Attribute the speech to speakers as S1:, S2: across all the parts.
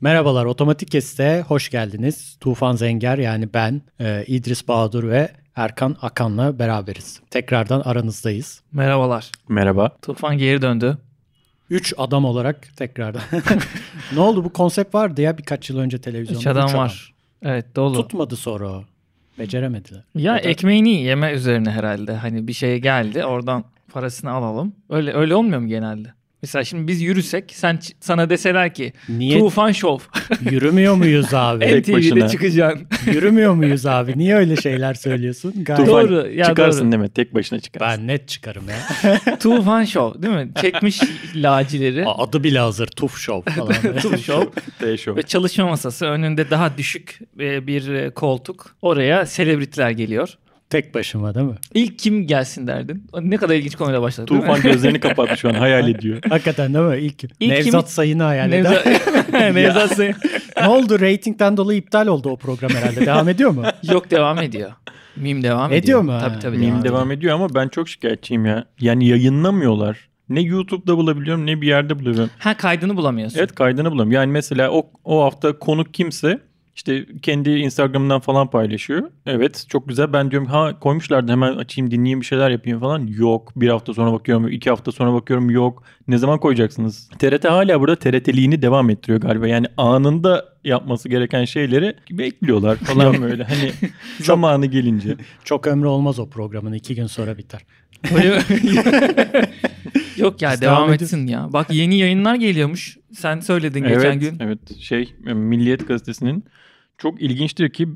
S1: Merhabalar, Otomatik Kesit'e hoş geldiniz. Tufan Zenger yani ben, e, İdris Bahadur ve Erkan Akan'la beraberiz. Tekrardan aranızdayız.
S2: Merhabalar.
S3: Merhaba.
S2: Tufan geri döndü.
S1: Üç adam olarak tekrardan. ne oldu bu konsept vardı ya birkaç yıl önce televizyonda.
S2: Üç adam var. Evet dolu.
S1: Tutmadı sonra o. Beceremediler.
S2: ya
S1: da-
S2: ekmeğini yeme üzerine herhalde. Hani bir şey geldi oradan parasını alalım. Öyle öyle olmuyor mu genelde? Mesela şimdi biz yürüsek sen sana deseler ki
S1: Niye
S2: Tufan Show
S1: yürümüyor muyuz abi?
S3: Tek
S2: NTV'de
S3: başına.
S2: çıkacaksın.
S1: yürümüyor muyuz abi? Niye öyle şeyler söylüyorsun? Gayet
S3: Tufan
S2: Doğru, ya
S3: çıkarsın
S2: doğru.
S3: değil mi? Tek başına çıkarsın.
S1: ben net çıkarım ya.
S2: Tufan Show değil mi? Çekmiş lacileri.
S1: Aa, Adı bile hazır. Tuf Show falan.
S2: Tufan Show
S3: T-Show.
S2: ve çalışma masası önünde daha düşük e, bir e, koltuk. Oraya selebritler geliyor.
S1: Tek başıma değil mi?
S2: İlk kim gelsin derdin? Ne kadar ilginç konuyla başladık. değil mi?
S3: Tufan gözlerini kapattı şu an hayal ediyor.
S1: Hakikaten değil mi? İlk, Nevzat Sayın'ı hayal eder.
S2: Nevzat, Nevzat Sayın.
S1: ne oldu? Ratingden dolayı iptal oldu o program herhalde. Devam ediyor mu?
S2: Yok devam ediyor. Mim devam ediyor.
S1: Ediyor mu?
S2: Tabii tabii.
S1: Mim
S3: Meme devam ediyor ama ben çok şikayetçiyim ya. Yani yayınlamıyorlar. Ne YouTube'da bulabiliyorum ne bir yerde buluyorum.
S2: Ha kaydını bulamıyorsun.
S3: Evet kaydını bulamıyorum. Yani mesela o, o hafta konuk kimse işte kendi Instagram'dan falan paylaşıyor. Evet çok güzel. Ben diyorum ha koymuşlardı hemen açayım dinleyeyim bir şeyler yapayım falan. Yok bir hafta sonra bakıyorum iki hafta sonra bakıyorum yok. Ne zaman koyacaksınız? TRT hala burada TRT'liğini devam ettiriyor galiba. Yani anında yapması gereken şeyleri bekliyorlar falan böyle. Hani zamanı gelince.
S1: Çok ömrü olmaz o programın. iki gün sonra biter.
S2: Öyle- Yok ya
S1: Biz
S2: devam,
S1: devam
S2: etsin ya. Bak yeni yayınlar geliyormuş. Sen söyledin geçen
S3: evet,
S2: gün.
S3: Evet şey Milliyet gazetesinin çok ilginçtir ki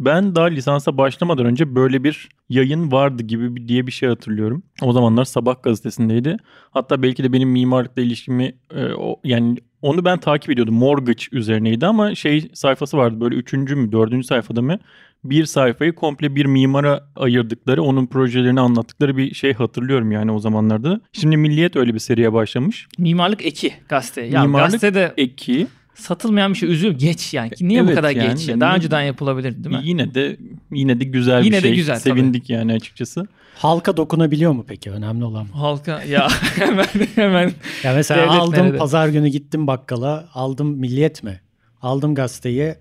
S3: ben daha lisansa başlamadan önce böyle bir yayın vardı gibi bir- diye bir şey hatırlıyorum. O zamanlar Sabah gazetesindeydi. Hatta belki de benim mimarlıkla ilişkimi e, o, yani onu ben takip ediyordum. Mortgage üzerineydi ama şey sayfası vardı böyle üçüncü mü dördüncü sayfada mı bir sayfayı komple bir mimara ayırdıkları, onun projelerini anlattıkları bir şey hatırlıyorum yani o zamanlarda. Şimdi Milliyet öyle bir seriye başlamış.
S2: Mimarlık Eki gazete. Ya
S3: Mimarlık
S2: gazetede
S3: Eki
S2: satılmayan bir şey üzüyorum. Geç yani. Niye bu
S3: Evet
S2: kadar
S3: yani,
S2: geç? Ya? Daha
S3: niye-
S2: önceden yapılabilirdi değil mi?
S3: Yine de yine de güzel
S2: Yine de
S3: bir şey.
S2: güzel, tabii.
S3: Sevindik yani açıkçası.
S1: Halka dokunabiliyor mu peki? Önemli olan bu.
S2: Halka ya hemen hemen
S1: Ya mesela
S2: Devlet
S1: aldım
S2: nerede?
S1: pazar günü gittim bakkala. Aldım Milliyet mi? Aldım gazeteyi.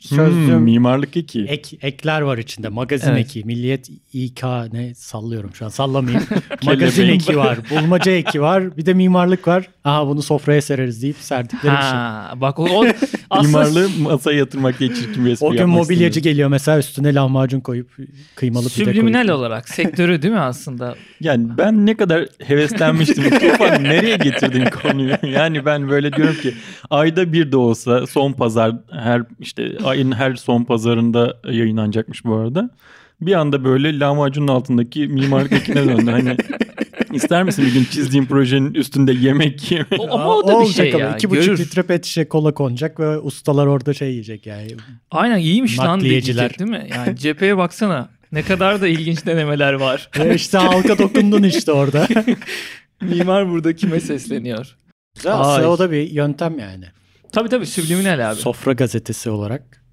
S1: Sözlüm
S3: Hmm, mimarlık iki.
S1: ek, ekler var içinde. Magazin
S2: Evet.
S1: eki, Milliyet İK ne sallıyorum şu an sallamayayım. Magazin
S3: Kelebek.
S1: eki var, bulmaca eki var, bir de mimarlık var. Aha bunu sofraya sereriz deyip serdikleri bir şey.
S2: ha bak o, o aslında
S3: Mimarlığı masaya yatırmak diye çirkin bir espri
S1: O gün
S3: yapmak
S1: mobilyacı
S3: istedim.
S1: geliyor mesela üstüne lahmacun koyup kıymalı pide koyup.
S2: sübliminal olarak sektörü değil mi aslında?
S3: Yani ben ne kadar heveslenmiştim. Tufan nereye getirdin konuyu? Yani ben böyle diyorum ki ayda bir de olsa son pazar her işte ayın her son pazarında yayınlanacakmış bu arada. Bir anda böyle lahmacunun altındaki mimarlık ekine döndü. Hani ister misin bir gün çizdiğim projenin üstünde yemek yeme?
S2: O, ama o da bir şey
S1: olacak ama
S2: ya.
S1: iki buçuk
S2: Görür.
S1: litre pet şişe kola konacak ve ustalar orada şey yiyecek yani.
S2: Aynen iyiymiş lan
S1: Nakliyeciler.
S2: diyecek değil mi? Yani cepheye baksana. Ne kadar da ilginç denemeler var.
S1: Ve işte halka dokundun işte orada.
S2: Mimar burada kime sesleniyor? Ay.
S1: Aslında o da bir yöntem yani.
S2: Tabii tabii sübliminal abi.
S1: Sofra gazetesi olarak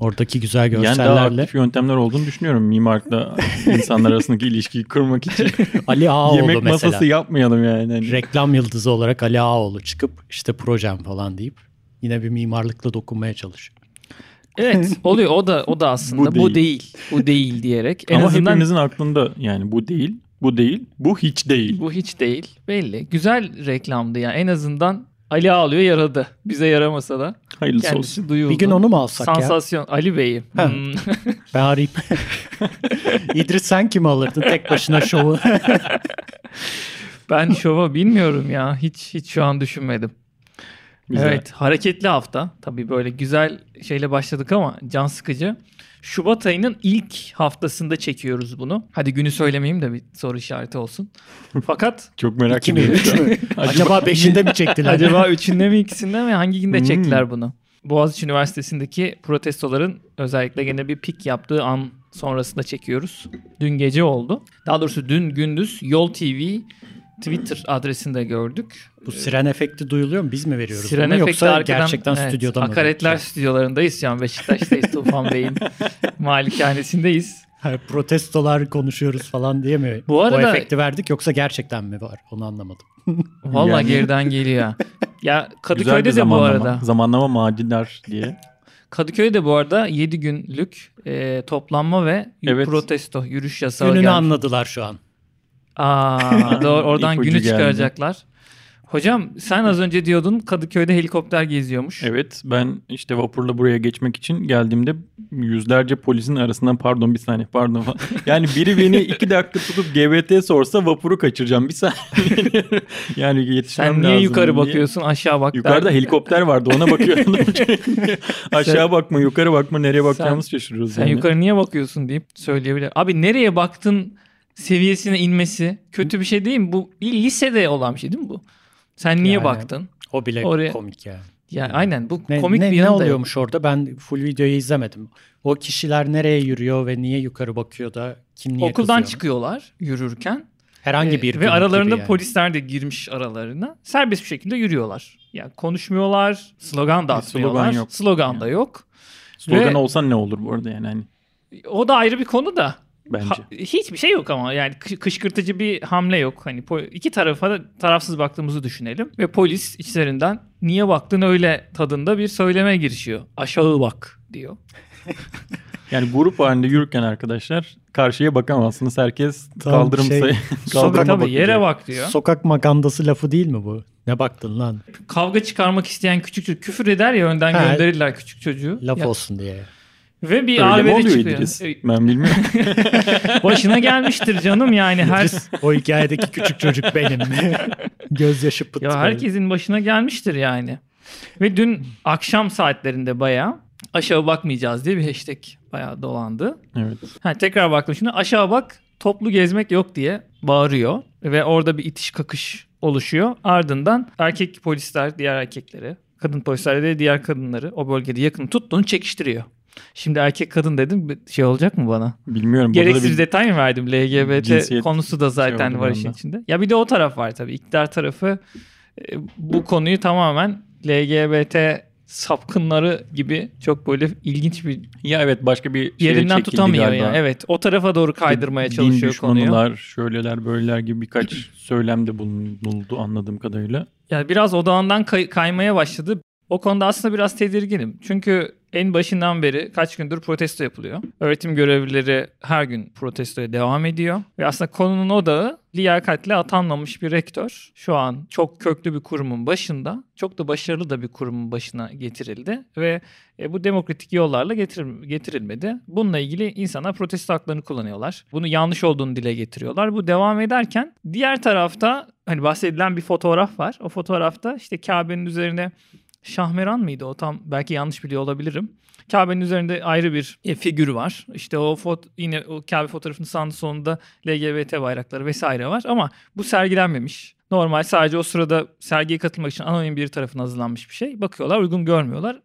S1: oradaki güzel
S3: Yani daha
S1: görsellerle
S3: aktif yöntemler olduğunu düşünüyorum mimarlıkla insanlar arasındaki ilişkiyi kurmak için.
S1: Ali Ağaoğlu
S3: Yemek
S1: mesela.
S3: masası yapmayalım yani. Hani
S1: Reklam yıldızı olarak Ali Ağaoğlu çıkıp işte projem falan deyip yine bir mimarlıkla dokunmaya çalışıyor.
S2: Evet oluyor o da o da aslında bu
S3: Bu
S2: değil bu
S3: değil.
S2: değil, diyerek en
S3: Ama
S2: azından
S3: hepimizin aklında yani bu değil, bu değil, bu hiç değil.
S2: bu hiç değil belli. Güzel reklamdı yani en azından Ali ağlıyor yaradı. Bize yaramasa da
S3: Hayırlısı olsun.
S2: kendisi duyuldu.
S1: Bir gün onu mu alsak ya?
S2: Sansasyon Ali Bey'im.
S1: Ha.
S2: Hmm.
S1: Ben arayayım. İdris sen kimi alırdın tek başına şovu?
S2: ben şova bilmiyorum ya. Hiç hiç şu an düşünmedim.
S3: Bize.
S2: Evet hareketli hafta. Tabii böyle güzel şeyle başladık ama can sıkıcı. Şubat ayının ilk haftasında çekiyoruz bunu. Hadi günü söylemeyeyim de bir soru işareti olsun. Fakat
S3: Çok merak
S1: Kimi?
S3: ediyorum.
S1: Üç mü? Acaba beşinde mi çektiler?
S2: acaba üçünde mi ikisinde mi hangi günde
S3: Hmm.
S2: çektiler bunu? Boğaziçi Üniversitesi'ndeki protestoların özellikle gene bir pik yaptığı an sonrasında çekiyoruz. Dün gece oldu. Daha doğrusu dün gündüz Yol TV Twitter adresinde gördük.
S1: Bu siren efekti duyuluyor mu? Biz mi veriyoruz?
S2: Siren
S1: bunu?
S2: efekti
S1: Yoksa
S2: arkadan,
S1: gerçekten
S2: evet,
S1: stüdyodan mı?
S2: Hakaretler
S1: Şey.
S2: stüdyolarındayız şu an Beşiktaş'tayız Tufan Bey'in malikanesindeyiz.
S1: Hayır, protestolar konuşuyoruz falan diye mi?
S2: Bu arada-
S1: o efekti verdik yoksa gerçekten mi var? Onu anlamadım.
S2: Vallahi
S3: Yani-
S2: geriden geliyor. Ya
S3: Güzel bir
S2: Kadıköy'de de bu
S3: zamanlama.
S2: arada.
S3: Zamanlama maciler diye.
S2: Kadıköy'de de bu arada 7 günlük e, toplanma ve
S3: Evet.
S2: protesto yürüyüş yasağı
S1: Gününü
S2: gelmiş.
S1: anladılar şu an.
S2: Aa, doğru, oradan
S3: İpucu
S2: günü
S3: geldi.
S2: çıkaracaklar. Hocam sen az önce diyordun Kadıköy'de helikopter geziyormuş.
S3: Evet ben işte vapurla buraya geçmek için geldiğimde yüzlerce polisin arasından pardon bir saniye pardon falan. Yani biri beni iki dakika tutup GBT sorsa vapuru kaçıracağım bir saniye. yani yetişmem
S2: Sen
S3: lazım.
S2: niye yukarı
S3: diye.
S2: bakıyorsun aşağı bak.
S3: Yukarıda
S2: der.
S3: helikopter vardı ona bakıyordum. Aşağı bakma yukarı bakma nereye bakacağımız şaşırıyoruz.
S2: Sen
S3: yani.
S2: yukarı niye bakıyorsun deyip söyleyebilir. Abi nereye baktın seviyesine inmesi kötü bir şey değil mi? Bu lisede olan bir şey değil mi bu? Sen niye
S1: Yani-
S2: baktın?
S1: O bile
S2: Oraya-
S1: komik ya.
S2: Ya aynen bu
S1: Ne,
S2: komik
S1: ne, ne
S2: bir yanı da yok.
S1: oluyormuş orada? Ben full videoyu izlemedim. O kişiler nereye yürüyor ve niye yukarı bakıyor da kim niye
S2: Okuldan
S1: kızıyor?
S2: çıkıyorlar yürürken.
S1: Herhangi
S2: Ee,
S1: bir
S2: ve
S1: grup
S2: aralarında
S1: gibi yani.
S2: polisler de girmiş aralarına. Serbest bir şekilde yürüyorlar. Yani konuşmuyorlar, slogan da
S3: Bir
S2: atmıyorlar.
S3: slogan yok.
S2: Slogan da yok.
S3: Slogan
S2: Ve-
S3: olsan ne olur bu arada yani hani
S2: O da ayrı bir konu da.
S3: bence.
S2: Ha- hiçbir şey yok ama yani kış- kışkırtıcı bir hamle yok. Hani po- iki tarafa da tarafsız baktığımızı düşünelim ve polis içlerinden niye baktın öyle tadında bir söyleme girişiyor. Aşağı bak diyor.
S3: Yani grup halinde yürürken arkadaşlar karşıya bakamazsınız. Herkes
S1: Tamam,
S3: kaldırım
S1: şey,
S3: sayı.
S2: Sokak
S3: kaldırıma
S2: tabii yere
S3: bakacak.
S2: bak diyor.
S1: Sokak magandası lafı değil mi bu? Ne baktın lan?
S2: Kavga çıkarmak isteyen küçük çocuk küfür eder ya önden
S1: Ha.
S2: gönderirler küçük çocuğu.
S1: Laf
S2: Ya-
S1: olsun diye.
S2: Ve bir
S3: Öyle mi
S2: AVD
S3: oluyor
S2: çıkıyor.
S3: İdris?
S2: E,
S3: Ben bilmiyorum.
S2: Başına gelmiştir canım yani her
S1: o hikayedeki küçük çocuk benim. Gözyaşı pıt.
S2: ya
S1: böyle.
S2: herkesin başına gelmiştir yani. Ve dün akşam saatlerinde bayağı aşağı bakmayacağız diye bir hashtag bayağı dolandı.
S3: evet.
S2: Ha, tekrar baktım şimdi aşağı bak toplu gezmek yok diye bağırıyor ve orada bir itiş kakış oluşuyor. Ardından erkek polisler diğer erkekleri, kadın polisler de diğer kadınları o bölgede yakın tuttuğunu çekiştiriyor. Şimdi erkek kadın dedim bir şey olacak mı bana?
S3: Bilmiyorum. Burada da
S2: Gereksiz
S3: bir-
S2: detay mı verdim? LGBT
S3: cinsiyet
S2: konusu da zaten
S3: şey oldu
S2: var
S3: bir
S2: işin
S3: anda.
S2: içinde. Ya bir de o taraf var tabii. İktidar tarafı e, bu konuyu tamamen LGBT sapkınları gibi çok böyle ilginç bir
S3: Ya evet başka bir şeye
S2: yerinden
S3: çekildi
S2: tutamıyor
S3: galiba.
S2: yani. Evet o tarafa doğru kaydırmaya
S3: Din
S2: çalışıyor konuyu.
S3: düşmanılar, şöyleler böyleler gibi birkaç söylemde bulunuldu anladığım kadarıyla.
S2: Yani biraz odağından kay- kaymaya başladı. O konuda aslında biraz tedirginim. Çünkü en başından beri kaç gündür protesto yapılıyor. Öğretim görevlileri her gün protestoya devam ediyor. Ve aslında konunun odağı liyakatle atanmamış bir rektör. Şu an çok köklü bir kurumun başında, çok da başarılı da bir kurumun başına getirildi. Ve e, bu demokratik yollarla getir- getirilmedi. Bununla ilgili insanlar protesto haklarını kullanıyorlar. Bunu yanlış olduğunu dile getiriyorlar. Bu devam ederken diğer tarafta hani bahsedilen bir fotoğraf var. O fotoğrafta işte Kabe'nin üzerine Şahmeran mıydı o tam belki yanlış biliyor olabilirim. Kabe'nin üzerinde ayrı bir e, figür var. İşte o fot yine o Kabe fotoğrafının sağında sonunda LGBT bayrakları vesaire var ama bu sergilenmemiş. Normal sadece o sırada sergiye katılmak için anonim bir tarafından hazırlanmış bir şey. Bakıyorlar uygun görmüyorlar.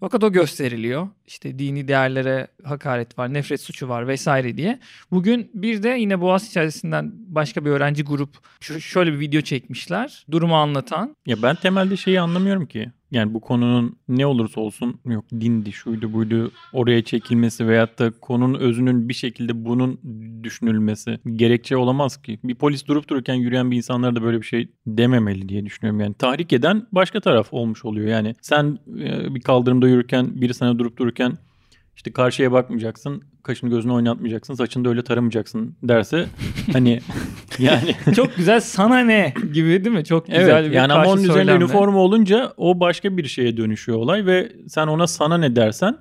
S2: Fakat o gösteriliyor. İşte dini değerlere hakaret var, nefret suçu var vesaire diye. Bugün bir de yine Boğaz içerisinden başka bir öğrenci grup şu- şöyle bir video çekmişler. Durumu anlatan.
S3: Ya ben temelde şeyi anlamıyorum ki. Yani bu konunun ne olursa olsun yok dindi şuydu buydu oraya çekilmesi veyahut da konunun özünün bir şekilde bunun düşünülmesi gerekçe olamaz ki. Bir polis durup dururken yürüyen bir insanlara da böyle bir şey dememeli diye düşünüyorum. Yani tahrik eden başka taraf olmuş oluyor. Yani sen e, bir kaldırımda yürürken biri sana durup dururken işte karşıya bakmayacaksın, kaşını gözünü oynatmayacaksın, saçını da öyle taramayacaksın derse hani yani
S2: Çok güzel sana ne gibi değil mi? Çok güzel bir
S3: yani ama
S2: karşı
S3: onun üzerinde
S2: söylemle.
S3: üniforma olunca o başka bir şeye dönüşüyor olay ve sen ona sana ne dersen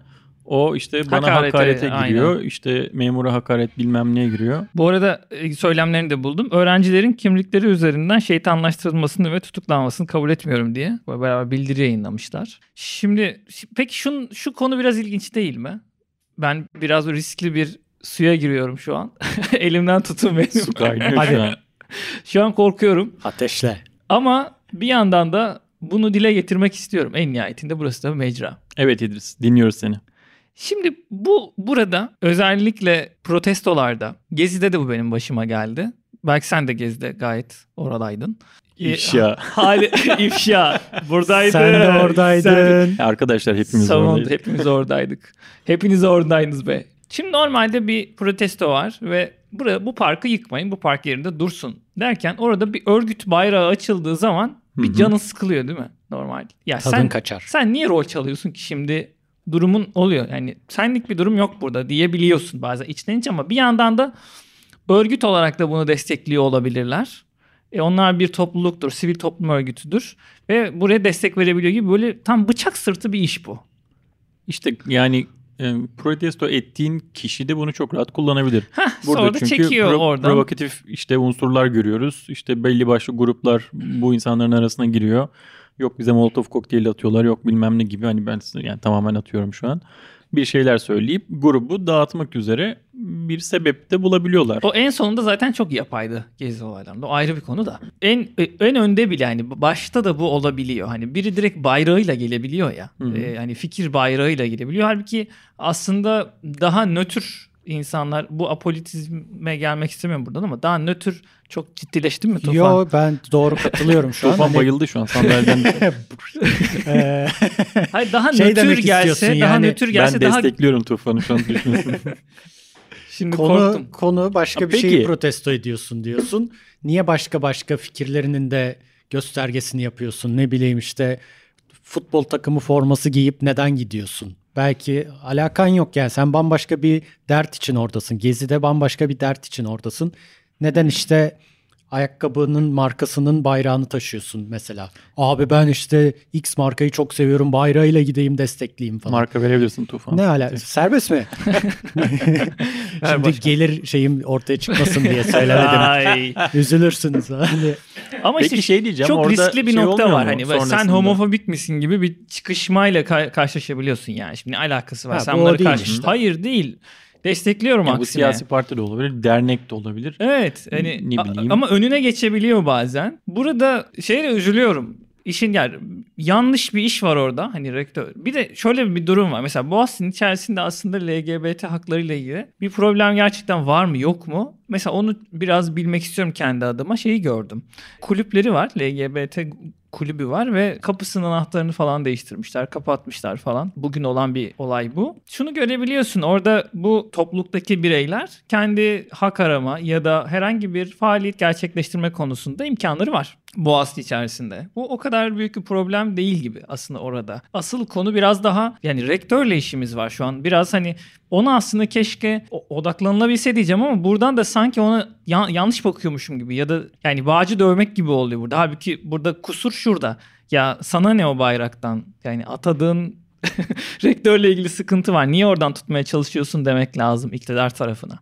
S3: o işte bana
S2: Hakarete,
S3: hakarete, giriyor. işte memura hakaret bilmem neye giriyor.
S2: Bu arada e, söylemlerini de buldum. Öğrencilerin kimlikleri üzerinden şeytanlaştırılmasını ve tutuklanmasını kabul etmiyorum diye böyle beraber bildiri yayınlamışlar. Şimdi şi- peki şun, şu konu biraz ilginç değil mi? Ben biraz riskli bir suya giriyorum şu an. Elimden tutun benim.
S3: Su kaynıyor
S1: Hadi.
S3: şu an.
S2: Şu an korkuyorum
S1: Ateşle.
S2: ama bir yandan da bunu dile getirmek istiyorum. En nihayetinde burası da mecra.
S3: Evet İdris dinliyoruz seni.
S2: Şimdi bu burada özellikle protestolarda, Gezi'de de bu benim başıma geldi. Belki sen de Gezi'de gayet oradaydın. Ee,
S3: İfşa.
S2: Hali ifşa. Buradaydı.
S1: Sen de oradaydın.
S3: Arkadaşlar hepimiz
S2: Savundu,
S3: oradayız.
S2: Hepimiz oradaydık. Hepiniz oradaydınız be. Şimdi normalde bir protesto var ve bura, bu parkı yıkmayın, bu park yerinde dursun derken orada bir örgüt bayrağı açıldığı zaman bir
S3: Hı hı.
S2: canı sıkılıyor değil mi normal? Ya
S1: Tadın
S2: sen
S1: kaçar.
S2: sen niye rol çalıyorsun ki şimdi durumun oluyor. Yani senlik bir durum yok burada diyebiliyorsun bazen içten içe ama bir yandan da örgüt olarak da bunu destekliyor olabilirler. E onlar bir topluluktur, sivil toplum örgütüdür ve buraya destek verebiliyor gibi böyle tam bıçak sırtı bir iş bu.
S3: İşte yani e, protesto ettiğin kişi de bunu çok rahat kullanabilir.
S2: Heh,
S3: Burada
S2: sonra da
S3: çünkü
S2: çekiyor
S3: pro-
S2: oradan.
S3: provokatif işte unsurlar görüyoruz. İşte belli başlı gruplar bu insanların arasına giriyor. Yok bize molotof kokteyli atıyorlar yok bilmem ne gibi. Hani ben size- yani tamamen atıyorum şu an. Bir şeyler söyleyip grubu dağıtmak üzere bir sebep de bulabiliyorlar.
S2: O en sonunda zaten çok yapaydı gezi olaylarında. O ayrı bir konu da. En e, en önde bile hani başta da bu olabiliyor. Hani biri direkt bayrağıyla gelebiliyor ya.
S3: Hı hı.
S2: Ee, hani fikir bayrağıyla gelebiliyor. Halbuki aslında daha nötr insanlar bu apolitizme gelmek istemiyorum buradan ama daha nötr çok ciddileşti mi Tufan?
S1: Yo ben doğru katılıyorum şu an.
S3: Tufan
S1: Hani- e,
S3: bayıldı şu an sandalyeden.
S1: Eee,
S2: Hayır daha
S1: Şey
S2: nötr
S1: demek
S2: gelse,
S1: istiyorsun
S2: daha
S1: yani,
S2: nötr
S3: ben
S2: gelse daha
S3: destekliyorum Tufan'ı şu an düşünüyorsun.
S2: şimdi korktum.
S1: konu konu başka
S3: Ha,
S1: bir
S3: peki.
S1: şeyi protesto ediyorsun diyorsun. Niye başka başka fikirlerinin de göstergesini yapıyorsun? Ne bileyim işte futbol takımı forması giyip neden gidiyorsun? Belki alakan yok yani sen bambaşka bir dert için oradasın. Gezi'de bambaşka bir dert için oradasın. Neden işte ayakkabının markasının bayrağını taşıyorsun mesela? Abi ben işte X markayı çok seviyorum bayrağıyla gideyim destekleyeyim falan.
S3: Marka verebilirsin Tufan.
S1: Ne hala serbest mi?
S2: Ver
S1: Şimdi
S2: başkan.
S1: gelir şeyim ortaya çıkmasın diye söylemedim.
S2: Ay.
S1: Üzülürsünüz. Hani
S2: Ama
S3: Peki
S2: işte
S3: şey diyeceğim
S2: çok
S3: orada
S2: riskli bir
S3: şey
S2: nokta
S3: olmuyor
S2: var
S3: mu
S2: hani böyle sen
S3: sonrasında?
S2: homofobik misin gibi bir çıkışmayla ka- karşılaşabiliyorsun yani şimdi ne alakası var
S1: Ha,
S2: sen
S1: bu o
S2: bunları
S1: değil
S2: karşı
S1: işte.
S2: hayır değil destekliyorum
S3: Yani bu
S2: aksine
S3: siyasi parti de olabilir, dernek de olabilir.
S2: evet hani
S3: Ne
S2: a-
S3: bileyim.
S2: ama önüne geçebiliyor bazen burada şeye de üzülüyorum işin yani yanlış bir iş var orada hani rektör bir de şöyle bir durum var mesela Boğaziçi'nin içerisinde aslında LGBT haklarıyla ilgili bir problem gerçekten var mı yok mu mesela onu biraz bilmek istiyorum kendi adıma şeyi gördüm kulüpleri var. LGBT kulübü var ve kapısının anahtarını falan değiştirmişler, kapatmışlar falan. Bugün olan bir olay bu. Şunu görebiliyorsun orada bu topluluktaki bireyler kendi hak arama ya da herhangi bir faaliyet gerçekleştirme konusunda imkanları var. Boğaz içerisinde. Bu o kadar büyük bir problem değil gibi aslında orada. Asıl konu biraz daha yani rektörle işimiz var şu an. Biraz hani ona aslında keşke o- odaklanılabilse diyeceğim ama buradan da sanki ona ya- yanlış bakıyormuşum gibi ya da yani bağcı dövmek gibi oluyor burada. Halbuki burada kusur şurada. Ya sana ne o bayraktan? Yani atadığın rektörle ilgili sıkıntı var. Niye oradan tutmaya çalışıyorsun demek lazım iktidar tarafına.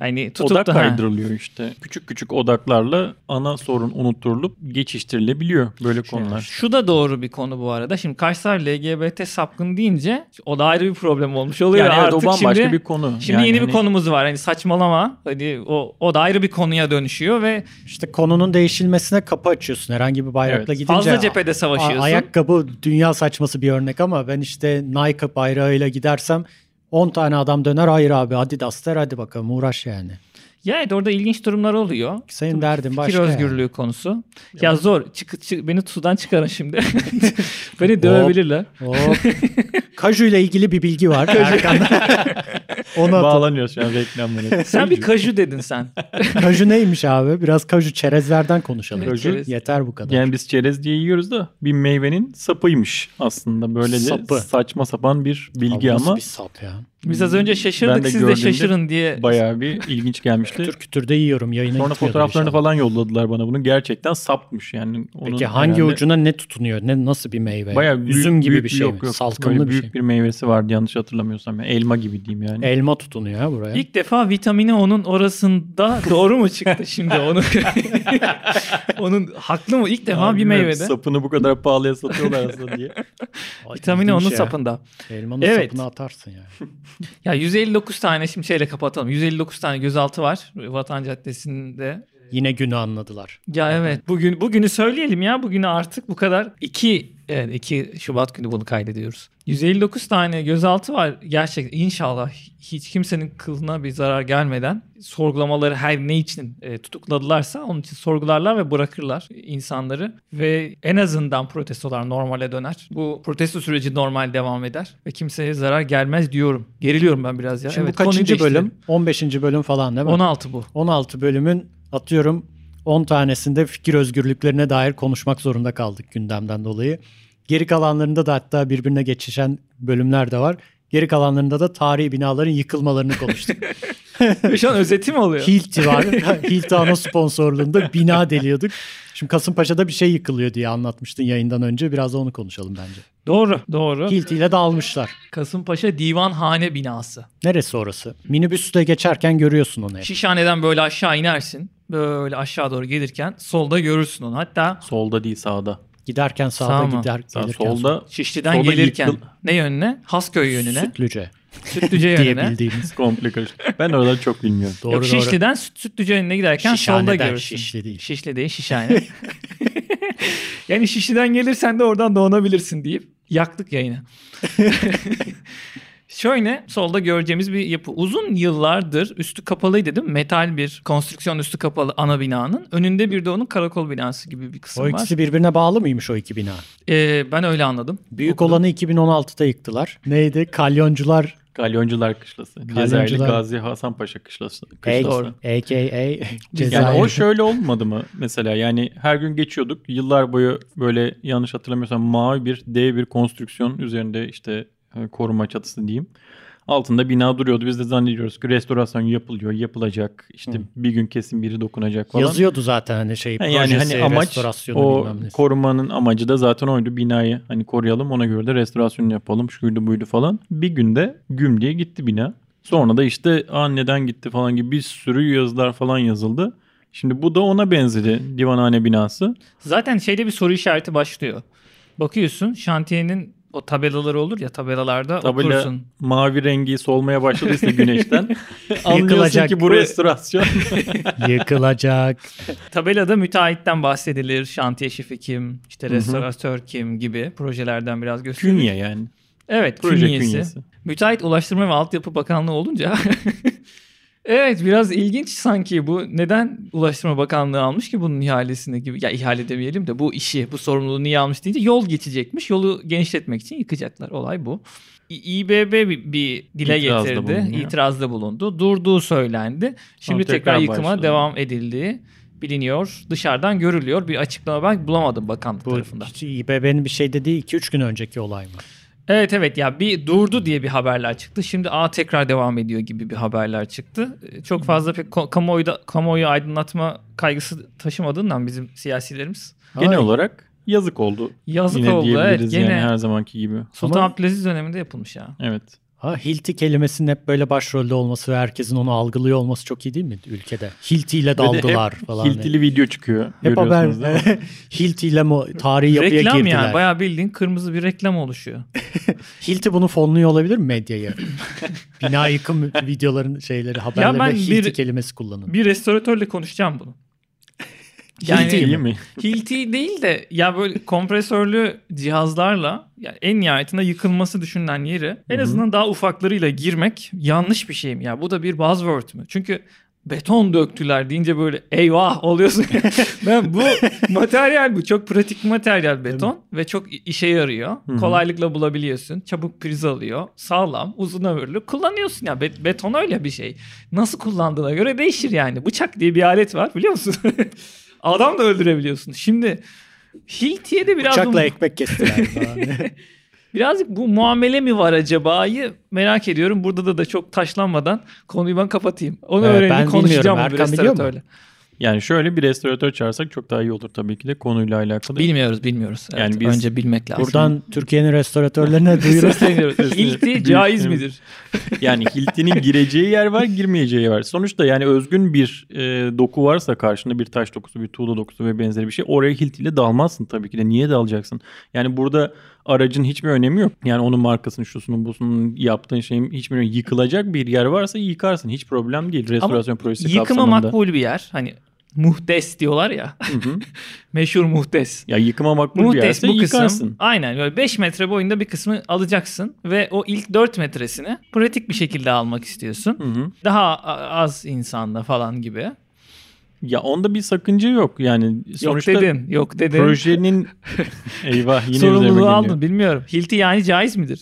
S2: Yani tutup
S3: Odak
S2: da- Ha.
S3: kaydırılıyor işte. Küçük küçük odaklarla ana sorun unutturulup geçiştirilebiliyor böyle konular.
S2: Şu da doğru bir konu bu arada. Şimdi Kaysar LGBT sapkın deyince o da ayrı bir problem olmuş oluyor.
S3: Yani evet,
S2: Artık
S3: o bambaşka
S2: şimdi,
S3: bir konu.
S2: Şimdi
S3: Yani
S2: yeni
S3: hani
S2: bir konumuz var. Hani saçmalama. Hani o, o da ayrı bir konuya dönüşüyor ve
S1: işte konunun değişilmesine kapı açıyorsun herhangi bir bayrakla
S3: Evet.
S1: gidince.
S2: fazla cephede
S1: a-
S2: savaşıyorsun.
S1: ayakkabı dünya saçması bir örnek ama ben işte Nike bayrağıyla gidersem 10 tane adam döner hayır abi Adidas der hadi bakalım uğraş yani.
S2: Ya evet orada ilginç durumlar oluyor.
S1: Senin
S2: Tabii
S1: derdin
S2: Fikir
S1: başka yani.
S2: özgürlüğü konusu. Ya zor. Çık, çık, beni sudan çıkarın şimdi. beni
S1: Hop.
S2: dövebilirler.
S1: Hop. Kaju ile ilgili bir bilgi var. Erkan'da. Onu atalım.
S3: bağlanıyoruz yani reklamlara.
S2: Sen bir kaju dedin sen.
S1: Kaju neymiş abi? Biraz kaju çerezlerden konuşalım.
S3: Kaju-
S2: Çerez.
S1: Yeter bu kadar.
S3: yani biz çerez diye yiyoruz da bir meyvenin sapıymış aslında. Böyle de
S1: Sapı.
S3: saçma sapan bir bilgi
S1: Abi nasıl
S3: ama
S1: bir sap ya.
S2: Biz az önce
S3: Ben
S2: şaşırdık
S3: de
S2: siz de
S3: gördüğümde
S2: şaşırın diye.
S3: bayağı bir ilginç gelmişti.
S1: Kütür kütür de yiyorum yayına
S3: Sonra
S1: gitmiyordur
S3: fotoğraflarını
S1: inşallah.
S3: falan yolladılar bana. Bunun gerçekten sapmış yani. Onun
S1: Peki hangi
S3: herhalde-
S1: ucuna ne tutunuyor? Ne nasıl bir meyve?
S3: Bayağı
S1: Üzüm
S3: büyük-
S1: gibi
S3: büyük-
S1: bir şey
S3: yok,
S1: mi?
S3: yok.
S1: Salkımlı
S3: Böyle
S1: bir
S3: büyük
S1: şey. mi?
S3: bir meyvesi vardı yanlış hatırlamıyorsam. Yani elma gibi diyeyim yani.
S1: Elma tutunuyor ha buraya.
S2: İlk defa vitamini onun orasında doğru mu çıktı şimdi onu? onun haklı mı? İlk defa
S3: Abi
S2: bir
S3: bilmiyorum,
S2: meyvede.
S3: Sapını bu kadar pahalıya satıyorlar aslında diye.
S1: Ay,
S2: Vitamini
S1: ilginç
S2: onun
S1: ya.
S2: sapında.
S1: Elmanın
S2: Evet.
S1: sapını atarsın yani.
S2: Ya 159 tane şimdi şeyle kapatalım. 159 tane gözaltı var Vatan Caddesi'nde.
S1: Yine günü anladılar.
S2: Ya evet. Bugün bugünü söyleyelim ya. Bugünü artık bu kadar. 2 evet 2 Şubat günü bunu kaydediyoruz. 159 tane gözaltı var. Gerçekten inşallah hiç kimsenin kılına bir zarar gelmeden sorgulamaları her ne için e, tutukladılarsa onun için sorgularlar ve bırakırlar insanları ve en azından protestolar normale döner. Bu protesto süreci normal devam eder ve kimseye zarar gelmez diyorum. Geriliyorum ben biraz ya.
S1: Şimdi
S2: evet,
S1: bu
S2: konuyu
S1: kaçıncı
S2: değiştirelim.
S1: bölüm? 15. bölüm falan değil mi?
S2: 16 bu.
S1: 16 bölümün atıyorum 10 tanesinde fikir özgürlüklerine dair konuşmak zorunda kaldık gündemden dolayı. Geri kalanlarında da hatta birbirine geçişen bölümler de var. Geri kalanlarında da tarihi binaların yıkılmalarını konuştuk.
S2: Şu an özeti mi oluyor?
S1: Hilti var. Hilti ana sponsorluğunda bina deliyorduk. Şimdi Kasımpaşa'da bir şey yıkılıyor diye anlatmıştın yayından önce. Biraz da onu konuşalım bence.
S2: Doğru, doğru.
S1: Hilti ile dağılmışlar.
S2: Kasımpaşa Divanhane binası.
S1: Neresi orası? Minibüste geçerken görüyorsun onu hep.
S2: Şişhane'den böyle aşağı inersin. Böyle aşağı doğru gelirken solda görürsün onu. Hatta
S3: Solda değil sağda.
S1: Giderken
S2: Sağ
S1: sağda
S2: mı?
S1: gider.
S3: Sağ,
S1: gelirken
S3: solda
S2: Şişli'den
S3: Solda
S2: gelirken
S3: yıkıl-
S2: ne yönüne? Hasköy yönüne,
S1: Sütlüce
S2: Sütlüce
S1: diye
S2: yönüne.
S1: bildiğimiz.
S3: komple karışık. Ben oraları çok bilmiyorum.
S1: Doğru
S2: Yok,
S1: doğru.
S2: Şişli'den Süt- Sütlüce yönüne giderken solda
S1: Şişhaneden,
S2: görürsün.
S1: Şişli değil.
S2: Şişli değil, Şişhane. yani Şişli'den gelirsen de oradan dolanabilirsin deyip yaktık yayını. Şöyle solda göreceğimiz bir yapı. Uzun yıllardır üstü kapalıydı değil mi? Metal bir konstrüksiyon üstü kapalı ana binanın. Önünde bir de onun karakol binası gibi bir kısım
S1: O
S2: var.
S1: ikisi birbirine bağlı mıymış o iki bina?
S2: Ee, ben öyle anladım.
S1: Büyük
S2: Okudum.
S1: olanı 2016'da yıktılar. Neydi? Kalyoncular
S3: Kalyoncular Kışlası.
S1: Kalyoncular-
S3: Cezayirli Gazi Hasan Paşa Kışlası.
S1: A-
S3: kışlası.
S1: AKA Cezayir.
S3: Yani o şöyle olmadı mı mesela yani her gün geçiyorduk yıllar boyu böyle yanlış hatırlamıyorsam mavi bir dev bir konstrüksiyon üzerinde işte e, koruma çatısı diyeyim. Altında bina duruyordu biz de zannediyoruz ki restorasyon yapılıyor yapılacak işte
S1: Hı.
S3: bir gün kesin biri dokunacak falan.
S1: Yazıyordu zaten hani şey
S3: Yani,
S1: projesi,
S3: hani amaç
S1: restorasyonu
S3: o
S1: bilmem nesi.
S3: korumanın amacı da zaten oydu binayı hani koruyalım ona göre de restorasyonu yapalım şuydu buydu falan. Bir günde güm diye gitti bina. Sonra da işte "Aa, neden gitti falan gibi bir sürü yazılar falan yazıldı. Şimdi bu da ona benzedi divanhane binası.
S2: Zaten şeyde bir soru işareti başlıyor. Bakıyorsun şantiyenin o tabelaları olur ya tabelalarda
S3: Tabela-
S2: okursun.
S3: Mavi rengi solmaya başladıysa güneşten anlıyorsun
S1: Yıkılacak.
S3: ki bu restorasyon.
S1: Yıkılacak.
S2: Tabelada müteahhitten bahsedilir. Şantiye şefi kim, işte restoratör kim gibi projelerden biraz gösterilir.
S3: Künye yani.
S2: Evet
S3: Proje
S2: künyesi.
S3: künyesi.
S2: Müteahhit Ulaştırma ve Altyapı Bakanlığı olunca Evet biraz ilginç sanki bu. Neden Ulaştırma Bakanlığı almış ki bunun ihalesini gibi? Ya ihale demeyelim de bu işi, bu sorumluluğu niye almış deyince yol geçecekmiş. Yolu genişletmek için yıkacaklar. Olay bu. İ- İBB bir, bir dile
S3: İtirazda
S2: getirdi.
S3: bulundu.
S2: İtirazda bulundu. Durduğu söylendi. Şimdi
S3: tekrar
S2: tekrar, yıkıma
S3: başladı.
S2: devam edildiği biliniyor. Dışarıdan görülüyor. Bir açıklama ben bulamadım bakanlık
S1: Bu
S2: tarafından.
S1: hiç İBB'nin bir şey dediği 2-3 gün önceki olay mı?
S2: Evet evet ya bir durdu diye bir haberler çıktı. Şimdi a tekrar devam ediyor gibi bir haberler çıktı. Ee, Çok fazla pek ko- kamuoyu da, kamuoyu aydınlatma kaygısı taşımadığından bizim siyasilerimiz.
S3: Genel
S1: Ay.
S3: olarak yazık oldu.
S2: Yazık
S3: Yine
S2: oldu evet.
S3: diyebiliriz
S2: Gene
S3: yani her zamanki gibi.
S2: Sultan
S1: Ama-
S2: Abdülaziz döneminde yapılmış ya.
S3: Evet.
S1: Ha Hilti kelimesinin hep böyle başrolde olması ve herkesin onu algılıyor olması çok iyi değil mi ülkede? Hilti ile
S3: Ve de hep
S1: daldılar falan.
S3: Hiltili video çıkıyor.
S1: hep haber
S3: görüyorsunuz değil mi?
S1: Hilti ile mo- tarihi yapıya
S2: reklam
S1: girdiler.
S2: yani bayağı bildiğin kırmızı bir reklam oluşuyor.
S1: Hilti bunu fonluyor olabilir mi medyaya? Bina yıkım videoların şeyleri haberlerinde
S2: ben
S1: Hilti
S2: bir-
S1: kelimesi kullanın.
S2: Bir restoratörle konuşacağım bunu. Yani-
S1: Hilti
S3: İyi
S1: mi?
S3: mi?
S2: Hilti değil de ya böyle kompresörlü cihazlarla yani en nihayetinde yıkılması düşünülen yeri en
S3: Hı hı.
S2: azından daha ufaklarıyla girmek yanlış bir şey mi? Ya bu da bir buzzword mü? Çünkü beton döktüler deyince böyle eyvah oluyorsun. ben bu materyal bu çok pratik materyal beton ve çok i- işe yarıyor.
S3: Hı hı.
S2: Kolaylıkla bulabiliyorsun. Çabuk priz alıyor. Sağlam, uzun ömürlü. Kullanıyorsun ya Be- beton öyle bir şey. Nasıl kullandığına göre değişir yani. Bıçak diye bir alet var biliyor musun? Adam da öldürebiliyorsun. Şimdi Hilti'ye de biraz
S1: Bıçakla
S2: bu-
S1: ekmek kestiler falan.
S2: birazcık bu muamele mi var acaba'yı merak ediyorum. Burada da da çok taşlanmadan konuyu ben kapatayım. Onu
S1: Ee,
S2: öğrenip
S1: ben
S2: konuşacağım
S1: bilmiyorum.
S2: bu
S1: Erkan biliyor mu?
S2: restoratörle.
S3: Yani şöyle bir restoratör çağırsak çok daha iyi olur tabii ki de konuyla alakalı.
S2: Bilmiyoruz, bilmiyoruz. Evet,
S3: Yani biz-
S2: önce bilmek lazım.
S1: Buradan Türkiye'nin restoratörlerine duyuru.
S2: sesleniyoruz. Hilti caiz
S3: Büyük-
S2: midir?
S3: Yani Hilti'nin gireceği yer var, girmeyeceği yer var. Sonuçta yani özgün bir e, doku varsa karşında bir taş dokusu, bir tuğla dokusu ve benzeri bir şey oraya Hilti'yle dalmazsın tabii ki de. Niye dalacaksın? Yani burada aracın hiçbir önemi yok. Yani onun markasının, şusunun, busunun yaptığın şeyin hiçbir önemi Yıkılacak bir yer varsa yıkarsın. Hiç problem değil restorasyon projesi
S2: Yıkıma
S3: kapsamında.
S2: makbul bir yer. Hani muhtes diyorlar ya.
S3: Hı hı.
S2: Meşhur muhtes.
S3: ya yıkıma makbul bir
S2: Muhtes
S3: yerse
S2: bu kısım.
S3: yıkarsın.
S2: Aynen böyle 5 metre boyunda bir kısmı alacaksın ve o ilk 4 metresini pratik bir şekilde almak istiyorsun.
S3: Hı hı.
S2: Daha a- az insanda falan gibi.
S3: Ya onda bir sakınca yok yani. Sonuçta
S2: yok dedin, yok dedin.
S3: projenin eyvah yine
S2: Sorumluluğu
S3: üzerime
S2: aldın bilmiyorum. Hilti yani caiz midir?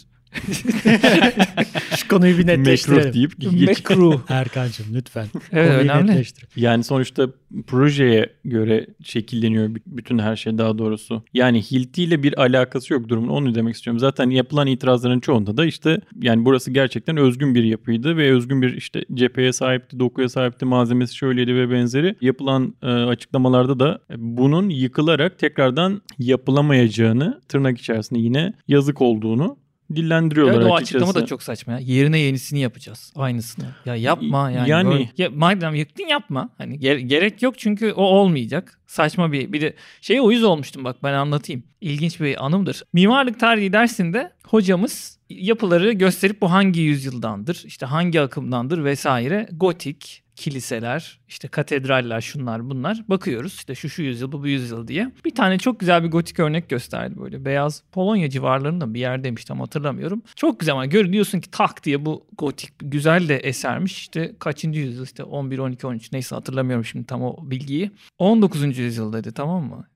S1: Şu konuyu bir
S3: geliyor. Mekruh
S1: netleştirelim.
S3: deyip geç.
S2: Mekruh.
S1: Erkancığım lütfen.
S2: Evet,
S1: Konuyu
S2: önemli.
S1: netleştirelim.
S3: Yani sonuçta projeye göre şekilleniyor b- bütün her şey daha doğrusu. Yani Hilti ile bir alakası yok durumun onu demek istiyorum. Zaten yapılan itirazların çoğunda da işte yani burası gerçekten özgün bir yapıydı ve özgün bir işte cepheye sahipti, dokuya sahipti, malzemesi şöyleydi ve benzeri. Yapılan e, açıklamalarda da e, bunun yıkılarak tekrardan yapılamayacağını tırnak içerisinde yine yazık olduğunu dillendiriyorlar
S2: Evet, o
S3: açıkçası.
S2: açıklama da çok saçma ya. Yerine yenisini yapacağız. Aynısını. Ya yapma yani.
S3: Yani-
S2: böyle- Ya madem yıktın yapma. Hani ge- gerek yok çünkü o olmayacak. Saçma bir bir de şeye uyuz olmuştum bak ben anlatayım. İlginç bir anımdır. Mimarlık tarihi dersinde hocamız yapıları gösterip bu hangi yüzyıldandır, işte hangi akımdandır vesaire. Gotik, kiliseler, işte katedraller şunlar bunlar. Bakıyoruz işte şu şu yüzyıl bu bu yüzyıl diye. Bir tane çok güzel bir gotik örnek gösterdi böyle. Beyaz Polonya civarlarında bir yerdeymiş tam hatırlamıyorum. Çok güzel ama gör diyorsun ki tak diye bu gotik güzel de esermiş. İşte kaçıncı yüzyıl işte 11, 12, 13 neyse hatırlamıyorum şimdi tam o bilgiyi. 19. yüzyıl dedi tamam mı?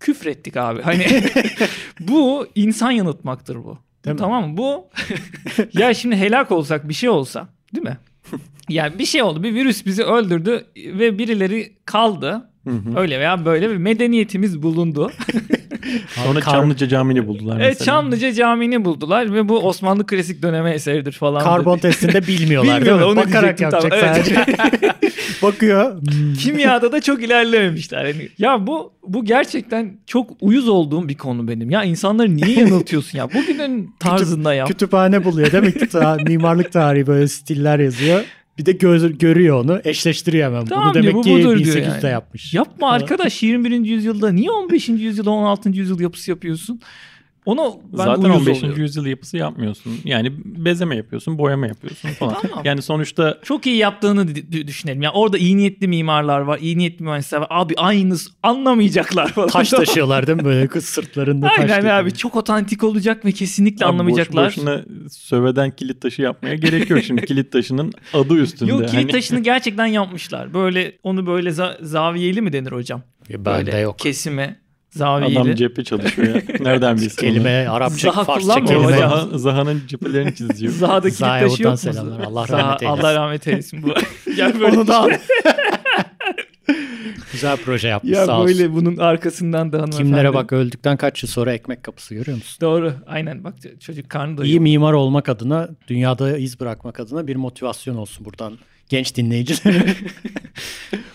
S2: Küfrettik abi. Hani bu insan yanıltmaktır bu.
S1: Değil mi?
S2: tamam mı? Bu ya şimdi helak olsak bir şey olsa değil mi? Yani bir şey oldu. Bir virüs bizi öldürdü ve birileri kaldı.
S3: Hı hı.
S2: Öyle veya böyle bir medeniyetimiz bulundu.
S3: Sonra
S1: Kar-
S3: Çamlıca Camii'ni buldular
S2: Evet,
S3: mesela.
S2: Çamlıca Camii'ni buldular ve bu Osmanlı klasik döneme eseridir falan.
S1: Karbon
S2: dedi.
S1: testinde bilmiyorlar değil mi?
S2: Bilmiyorlar, onu
S1: Bakarak
S2: diyecektim
S1: yapacak
S2: tam, evet.
S1: sadece. Bakıyor. hmm,
S2: Kimyada da çok ilerlememişler. Yani ya bu bu gerçekten çok uyuz olduğum bir konu benim. Ya insanları niye yanıltıyorsun ya? Bugünün tarzında yap.
S1: Kütüphane buluyor değil mi? Kütüphane- mimarlık tarihi böyle stiller yazıyor. Bir de göz, görüyor onu. Eşleştiriyor hemen.
S2: Tamam
S1: Bunu
S2: diyor,
S1: demek
S2: bu
S1: ki
S2: budur diyor
S1: 1800'de
S2: yani.
S1: yapmış.
S2: Yapma arkadaş 21. yüzyılda niye 15. yüzyılda 16. yüzyıl yapısı yapıyorsun? Onu ben
S3: Zaten
S2: uyuz
S3: 15.
S2: oluyorum.
S3: yüzyıl yapısı yapmıyorsun. Yani bezeme yapıyorsun, boyama yapıyorsun falan.
S2: Tamam.
S3: Yani sonuçta
S2: Çok iyi yaptığını d- d- düşünelim. Yani orada iyi niyetli mimarlar var, iyi niyetli mühendisler var. Abi aynısı anlamayacaklar falan.
S1: Taş taşıyorlar değil mi? Böyle kız sırtlarında taş.
S2: Aynen
S1: taşıyor.
S2: abi çok otantik olacak ve kesinlikle
S3: abi
S2: anlamayacaklar.
S3: Boş boşuna söveden kilit taşı yapmaya gerek yok şimdi. kilit taşının adı üstünde.
S2: Yok kilit
S3: Hani-
S2: taşını gerçekten yapmışlar. Böyle onu böyle za- zaviyeli mi denir hocam?
S1: Ben
S2: Böyle
S1: de yok.
S2: Kesime zaviyeli.
S3: Adam cephe çalışıyor ya. Nereden bilsin?
S1: Kelime Arapça,
S2: Zaha
S1: Farsça
S2: kullanmıyor
S3: onu?
S1: kelime.
S2: hocam.
S3: Zaha, Zaha'nın cephelerini çiziyor.
S2: Zaha'da kilit
S1: Zaha'ya
S2: taşı yok mu?
S1: buradan selamlar. Allah
S2: Zaha-
S1: rahmet eylesin.
S2: Allah rahmet eylesin. Bu. ya böyle,
S1: Onu da al. Güzel proje yapmış
S2: ya
S1: sağ
S2: böyle
S1: olsun.
S2: bunun arkasından da hanımefendi.
S1: Kimlere bak öldükten kaç yıl sonra ekmek kapısı görüyor musun?
S2: Doğru. Aynen bak çocuk karnı doyuyor.
S1: İyi mimar olmak adına, dünyada iz bırakmak adına bir motivasyon olsun buradan genç dinleyicilere.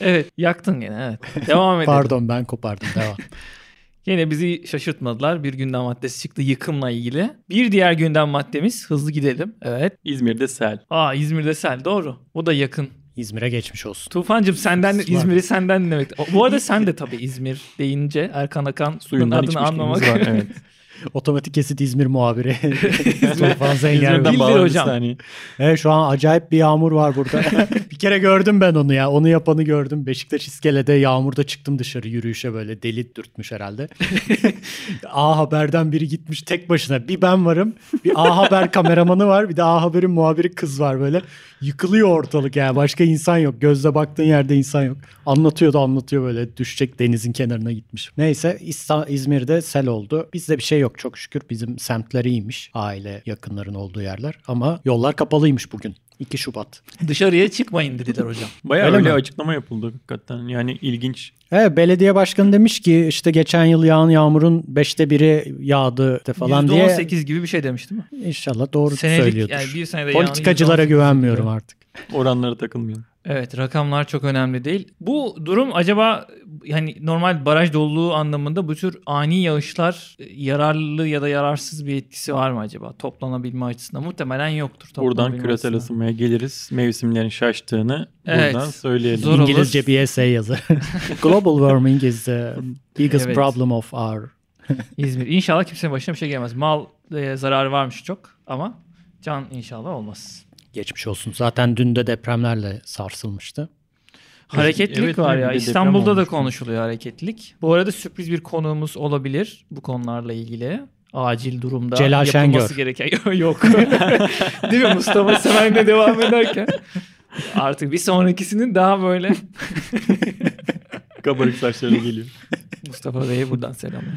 S2: Evet yaktın gene evet. Devam edelim.
S1: Pardon ben kopardım devam.
S2: Yine bizi şaşırtmadılar. Bir gündem maddesi çıktı yıkımla ilgili. Bir diğer gündem maddemiz hızlı gidelim. Evet.
S3: İzmir'de sel.
S2: Aa İzmir'de sel doğru. O da yakın.
S1: İzmir'e geçmiş olsun.
S2: Tufancım senden
S1: Var.
S2: İzmir'i senden dinlemek. O- Bu arada sen de tabii İzmir deyince Erkan Akan suyun
S3: Suyundan
S2: adını
S3: içmiş
S2: anlamak.
S3: var. Evet.
S1: Otomatik kesit İzmir muhabiri. Tufan Zenger.
S2: Bildir
S3: İzmir'den bağlı bir
S2: hocam.
S3: saniye.
S1: Evet şu an acayip bir yağmur var burada. bir kere gördüm ben onu ya. Onu yapanı gördüm. Beşiktaş iskelede yağmurda çıktım dışarı yürüyüşe böyle deli dürtmüş herhalde. A Haber'den biri gitmiş tek başına. Bir ben varım. Bir A Haber kameramanı var. Bir de A Haber'in muhabiri kız var böyle. Yıkılıyor ortalık yani. Başka insan yok. Gözle baktığın yerde insan yok. Anlatıyor da anlatıyor böyle. Düşecek denizin kenarına gitmiş. Neyse İsta- İzmir'de sel oldu. Bizde bir şey yok çok şükür. Bizim semtler iyiymiş. Aile yakınların olduğu yerler. Ama yollar kapalıymış bugün. 2 Şubat.
S2: Dışarıya çıkmayın dediler hocam.
S3: Bayağı
S1: Öyle
S3: öyle,
S1: mi?
S3: açıklama yapıldı hakikaten. Yani ilginç.
S1: Evet E, belediye başkanı demiş ki işte geçen yıl yağan yağmurun beşte biri yağdı de falan diye.
S2: %18 gibi bir şey demiş değil mi?
S1: İnşallah doğru
S2: Senelik
S1: söylüyordur.
S2: yani bir senede yağan
S1: Politikacılara
S2: %18
S1: güvenmiyorum
S2: gibi.
S1: artık.
S3: Oranlara takılmıyor.
S2: Evet rakamlar çok önemli değil. Bu durum acaba yani normal baraj doluluğu anlamında bu tür ani yağışlar e, yararlı ya da yararsız bir etkisi var mı acaba? Toplanabilme açısından muhtemelen yoktur.
S3: Buradan
S2: toplanabilme
S3: küresel
S2: açısından.
S3: ısınmaya geliriz. Mevsimlerin şaştığını
S2: Evet.
S3: buradan söyleyelim.
S2: Zor olur.
S1: İngilizce bir essay yazar. Global warming is the biggest
S2: Evet.
S1: problem of our...
S2: İzmir. İnşallah kimsenin başına bir şey gelmez. Mal e, zararı varmış çok ama can inşallah olmaz.
S1: Geçmiş olsun. Zaten dün de depremlerle sarsılmıştı.
S2: Hareketlilik
S3: Evet,
S2: var
S3: bir
S2: ya.
S3: de deprem
S2: İstanbul'da da
S3: olmuştu.
S2: konuşuluyor hareketlilik. Bu arada sürpriz bir konuğumuz olabilir bu konularla ilgili. Acil durumda
S1: Celal
S2: yapılması
S1: Şengör.
S2: gereken yok. Değil mi Mustafa Semen'le devam ederken? Artık bir sonrakisinin daha böyle
S3: Kabarık saçları geliyor.
S2: Mustafa Bey'e buradan selamlar.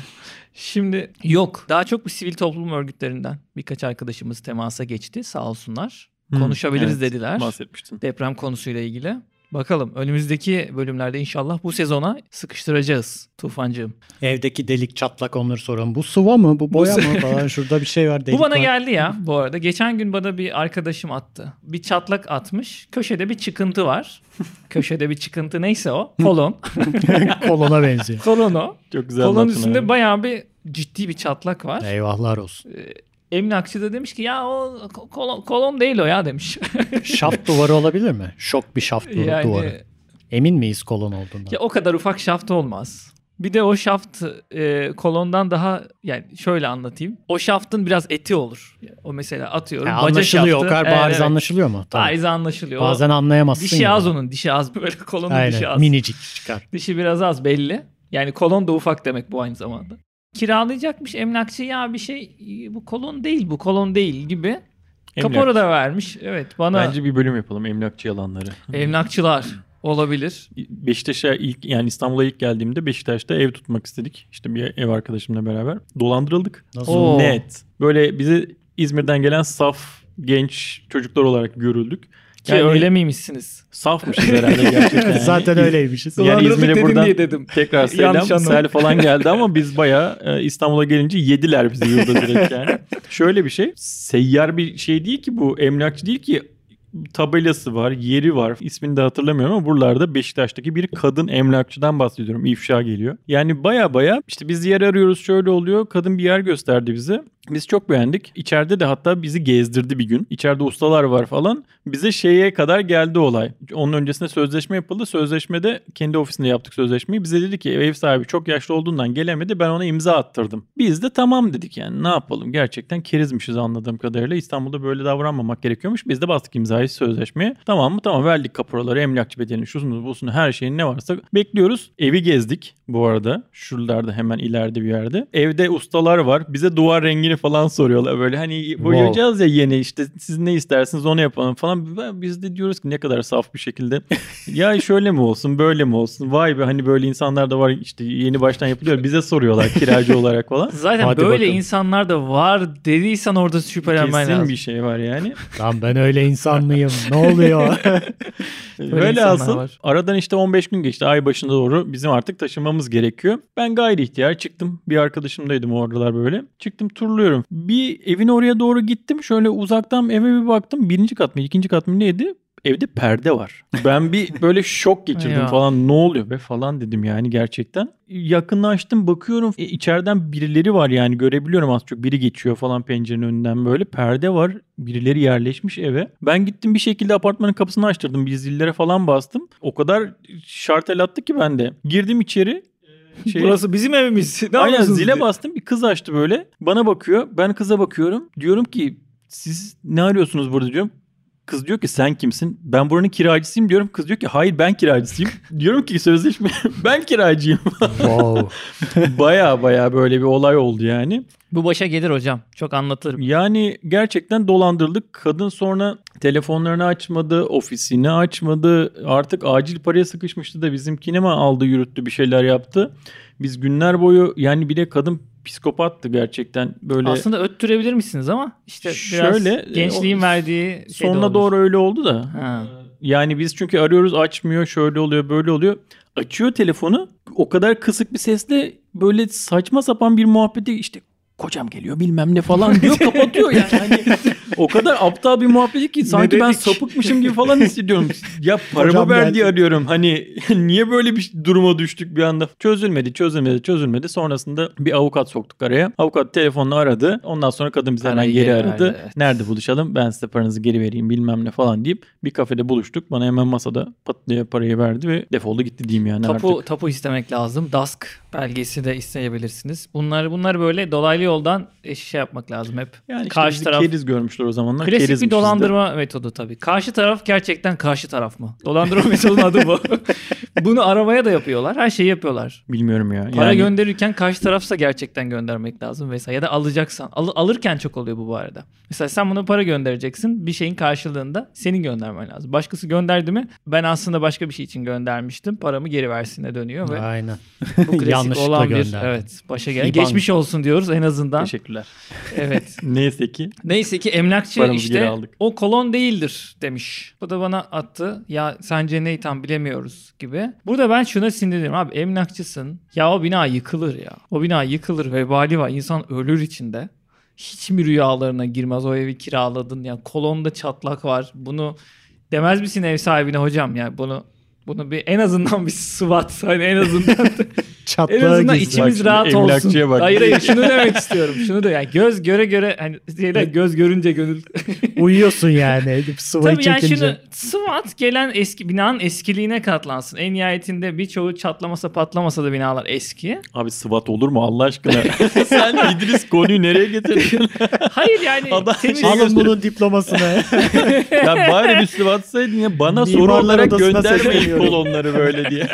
S2: Şimdi yok. Daha çok bu sivil toplum örgütlerinden birkaç arkadaşımız temasa geçti sağ olsunlar.
S3: Hmm,
S2: Konuşabiliriz
S3: evet.
S2: dediler.
S3: Bahsetmiştin.
S2: Deprem konusuyla ilgili. Bakalım önümüzdeki bölümlerde inşallah bu sezona sıkıştıracağız Tufancığım.
S1: Evdeki delik çatlak onları soralım. Bu sıva mı? Bu boya mı? falan şurada bir şey var. Delik
S2: bu bana
S1: var.
S2: geldi ya bu arada. Geçen gün bana bir arkadaşım attı. Bir çatlak atmış. Köşede bir çıkıntı var. Köşede bir çıkıntı neyse o. Kolon.
S1: Kolona benziyor.
S2: Kolon o.
S3: Çok güzel
S2: Kolon
S3: anlattın abi.
S2: üstünde bayağı bir ciddi bir çatlak var.
S1: Eyvahlar olsun.
S2: Emlakçı da demiş ki ya o ko- kolon, kolon değil o ya demiş.
S1: Şaft duvarı olabilir mi? Şok bir şaft du-
S2: yani
S1: duvarı. Emin miyiz kolon olduğundan?
S2: ya o kadar ufak şaft olmaz. Bir de o şaft e, kolondan daha yani şöyle anlatayım. O şaftın biraz eti olur. O mesela atıyorum
S1: Ha,
S2: baca
S1: E, anlaşılıyor. O
S2: şaftı.
S1: kadar
S2: Evet,
S1: bariz
S2: evet.
S1: anlaşılıyor mu? Tamam.
S2: Bariz anlaşılıyor.
S1: Bazen anlayamazsın
S2: dişi
S1: ya.
S2: az onun dişi az böyle kolonun dişi
S1: Aynen.
S2: az.
S1: Minicik çıkar.
S2: Dişi biraz az belli. Yani kolon da ufak demek bu aynı zamanda. Kiralayacakmış emlakçı ya bir şey bu kolon değil bu kolon değil gibi.
S3: Emlak.
S2: Kapora da vermiş. Evet bana
S3: Bence bir bölüm yapalım emlakçı yalanları.
S2: Emlakçılar olabilir.
S3: Beşiktaş'a ilk yani İstanbul'a ilk geldiğimde Beşiktaş'ta ev tutmak istedik. İşte bir ev arkadaşımla beraber. Dolandırıldık.
S1: Nasıl?
S2: Oo.
S3: Net. Böyle bizi İzmir'den gelen saf genç çocuklar olarak görüldük.
S2: Ki
S3: Yani-
S2: öyle miymişsiniz?
S3: Safmışız herhalde gerçekten.
S1: Zaten öyleymişiz.
S3: Yani
S2: Dolandırıldık
S3: İzmir'e
S2: dedin
S3: buradan-
S2: diye dedim.
S3: Tekrar selam.
S2: Yanlış anladım.
S3: Sel falan geldi ama biz bayağı e, İstanbul'a gelince yediler bizi yurda direkt yani. Şöyle bir şey. Seyyar bir şey değil ki bu. Emlakçı değil ki. Tabelası var, yeri var. İsmini de hatırlamıyorum ama buralarda Beşiktaş'taki bir kadın emlakçıdan bahsediyorum. İfşa geliyor. Yani baya baya işte biz yer arıyoruz şöyle oluyor. Kadın bir yer gösterdi bize. Biz çok beğendik. İçeride de hatta bizi gezdirdi bir gün. İçeride ustalar var falan. Bize şeye kadar geldi olay. Onun öncesinde sözleşme yapıldı. Sözleşmede kendi ofisinde yaptık sözleşmeyi. Bize dedi ki ev sahibi çok yaşlı olduğundan gelemedi. Ben ona imza attırdım. Biz de tamam dedik yani ne yapalım. Gerçekten kerizmişiz anladığım kadarıyla. İstanbul'da böyle davranmamak gerekiyormuş. Biz de bastık imzayı sözleşmeye. Tamam mı? Tamam verdik kapuraları, emlakçı bedelini, şusunu, busunu her şeyin ne varsa bekliyoruz. Evi gezdik bu arada. Şuralarda hemen ileride bir yerde. Evde ustalar var. Bize duvar rengini falan soruyorlar. Böyle hani boyayacağız ya yeni işte siz ne istersiniz onu yapalım falan. Ben- Biz de diyoruz ki ne kadar saf bir şekilde. ya şöyle mi olsun böyle mi olsun? Vay be hani böyle insanlar da var işte yeni baştan yapılıyor. Bize soruyorlar kiracı olarak falan.
S2: Zaten
S1: Hadi
S2: böyle
S1: bakalım.
S2: insanlar da var dediysen orada şüphelenmen
S3: Kesin
S2: lazım.
S3: bir şey var yani.
S1: Lan ben öyle insan mıyım? Ne oluyor?
S2: Böyle
S3: Böyle
S2: insanlar
S3: asıl
S2: var.
S3: aradan işte 15 gün geçti ay başına doğru bizim artık taşınmamız gerekiyor. Ben gayri ihtiyar çıktım bir arkadaşımdaydım o aralar böyle. Çıktım turluyorum. Bir evin oraya doğru gittim şöyle uzaktan eve bir baktım birinci kat mı ikinci kat mı neydi? Evde perde var. Ben bir böyle şok geçirdim
S2: Ya.
S3: falan ne oluyor be falan dedim yani gerçekten. Yakınlaştım bakıyorum e, içeriden birileri var yani görebiliyorum az çok biri geçiyor falan pencerenin önünden böyle perde var birileri yerleşmiş eve. Ben gittim bir şekilde apartmanın kapısını açtırdım bir zillere falan bastım. O kadar şartel attı ki ben de. Girdim içeri. şey-
S2: Burası bizim evimiz. Ne
S3: Aynen
S2: yapıyorsunuz
S3: zile
S2: diye.
S3: bastım bir kız açtı böyle. Bana bakıyor. Ben kıza bakıyorum. Diyorum ki siz ne arıyorsunuz burada diyorum. Kız diyor ki sen kimsin? Ben buranın kiracısıyım diyorum. Kız diyor ki hayır ben kiracısıyım. diyorum ki sözleşme ben kiracıyım.
S1: wow.
S3: baya baya böyle bir olay oldu yani.
S2: Bu başa gelir hocam. Çok anlatırım.
S3: Yani gerçekten dolandırdık. Kadın sonra telefonlarını açmadı, ofisini açmadı. Artık acil paraya sıkışmıştı da bizimkine mi aldı yürüttü bir şeyler yaptı. Biz günler boyu yani bir de kadın psikopattı gerçekten. Böyle
S2: Aslında öttürebilir misiniz ama işte biraz
S3: Şöyle, e,
S2: gençliğin
S3: o-
S2: verdiği şey de
S3: sonuna
S2: olabilir.
S3: doğru öyle oldu da.
S2: Ha.
S3: Yani biz çünkü arıyoruz açmıyor şöyle oluyor böyle oluyor. Açıyor telefonu o kadar kısık bir sesle böyle saçma sapan bir muhabbeti işte kocam geliyor bilmem ne falan diyor kapatıyor yani. Hani o kadar aptal bir muhabbeti ki sanki ben
S2: dedik?
S3: sapıkmışım gibi falan hissediyorum. Ya paramı
S1: Hocam
S3: ver
S1: geldi.
S3: diye arıyorum hani niye böyle bir duruma düştük bir anda. Çözülmedi çözülmedi çözülmedi sonrasında bir avukat soktuk araya. Avukat telefonla aradı ondan sonra kadın bizi hemen
S2: Parayı
S3: geri
S2: geri
S3: aradı.
S2: verdi, evet.
S3: Nerede buluşalım ben size paranızı geri vereyim bilmem ne falan deyip bir kafede buluştuk. Bana hemen masada pat diye parayı verdi ve defoldu gitti diyeyim yani
S2: Tapu,
S3: artık.
S2: tapu istemek lazım. Dask belgesi de isteyebilirsiniz. Bunlar bunlar böyle dolaylı yoldan e, şey yapmak lazım hep.
S3: Yani işte
S2: Karşı
S3: bizi
S2: taraf-
S3: keriz görmüşler o zamanlar.
S2: Klasik bir
S3: kerizmişiz de.
S2: dolandırma metodu tabii. Karşı taraf gerçekten karşı taraf mı? Dolandırma metodunun adı bu. Bunu arabaya da yapıyorlar. Her şeyi yapıyorlar.
S3: Bilmiyorum ya.
S2: Para
S3: Yani
S2: gönderirken karşı tarafsa gerçekten göndermek lazım vesaire. Ya da alacaksan. Al- alırken çok oluyor bu bu arada. Mesela sen buna para göndereceksin. Bir şeyin karşılığında senin göndermen lazım. Başkası gönderdi mi ben aslında başka bir şey için göndermiştim. Paramı geri versin'e dönüyor ve
S1: Aynen.
S2: bu klasik
S1: Yanlışlıkla
S2: olan bir
S1: gönderdim.
S2: evet, başa gelen.
S3: İban.
S2: Geçmiş olsun diyoruz en azından.
S3: Teşekkürler.
S2: Evet.
S3: Neyse ki
S2: Neyse ki emlakçı
S3: Paramızı geri
S2: işte
S3: aldık.
S2: o kolon değildir demiş. Bu da bana attı. Ya sence ne tam bilemiyoruz gibi. Burada ben şuna sinirleniyorum abi emlakçısın. Ya o bina yıkılır ya. O bina yıkılır vebali var. İnsan ölür içinde. Hiç mi rüyalarına girmez o evi kiraladın ya kolonda çatlak var. Bunu demez misin ev sahibine hocam ya bunu bunu bir en azından bir SWAT hani en azından
S1: Çatlağı
S2: En azından
S1: gizli.
S3: Bak
S2: içimiz
S3: şimdi
S2: rahat
S3: emlakçıya
S2: olsun.
S3: bak.
S2: Hayır hayır şunu demek istiyorum. Şunu da yani göz göre göre hani şeyler göz görünce gönül.
S1: Uyuyorsun yani. Sıvayı
S2: Tabii yani
S1: çekince.
S2: şimdi SWAT gelen eski binanın eskiliğine katlansın. En nihayetinde birçoğu çatlamasa patlamasa da binalar eski.
S3: abi SWAT olur mu Allah aşkına? Sen İdris konuyu nereye getirdin?
S2: Hayır yani
S3: Adam
S2: temiz
S3: şey-
S1: Alın bunun diplomasını.
S3: ya bari bir SWAT atsaydın ya bana soru
S1: Mimarlar
S3: olarak
S1: Odası'na
S3: göndermeyin
S1: sesleniyorum.
S3: kolonları böyle diye.